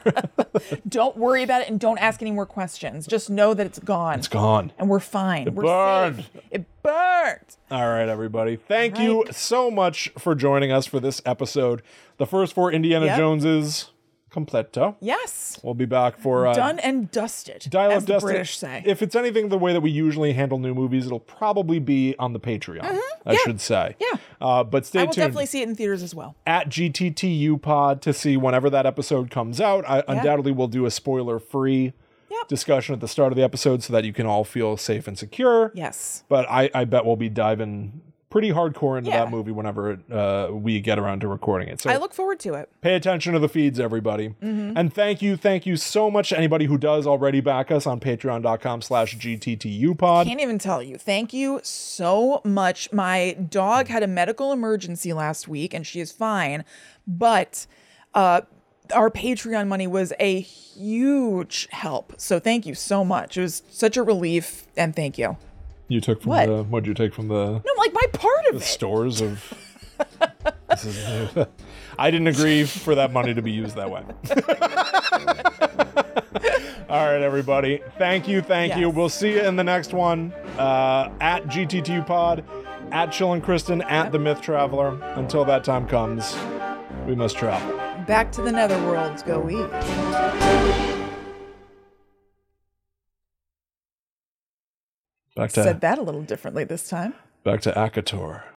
Don't worry about it and don't ask any more questions. Just know that it's gone it's gone. and we're fine. It we're burned. Safe. It burned. All right, everybody. Thank you so much for joining us for this episode. The first four Indiana Yep. Joneses completo. Yes. We'll be back for uh, Done and dusted. Dial as Up the Dustin. British say. If it's anything the way that we usually handle new movies, it'll probably be on the Patreon, I should say. Mm-hmm. Yeah. Uh, but stay I will tuned definitely see it in theaters as well. at GTTU pod to see whenever that episode comes out. I undoubtedly will do a spoiler free Yep. discussion at the start of the episode so that you can all feel safe and secure. Yes. But I, I bet we'll be diving pretty hardcore into Yeah. that movie whenever uh, we get around to recording it. So I Mm-hmm. look forward to it. pay attention to the feeds everybody and thank you thank you so much to anybody who does already back us on patreon.com slash gttupod Can't even tell you. Thank you so much. My dog had a medical emergency last week and she is fine, but uh our Patreon money was a huge help. So thank you so much. It was such a relief and thank you. you took from What? the what'd you take from the No, like my part of it. stores of This is- i didn't agree for that money to be used that way all right everybody thank you thank you Yes. we'll see you in the next one uh, at gttupod at chillin kristen at the myth traveler until that time comes we must travel Back to the netherworlds go we. back to Said that a little differently this time. back to akator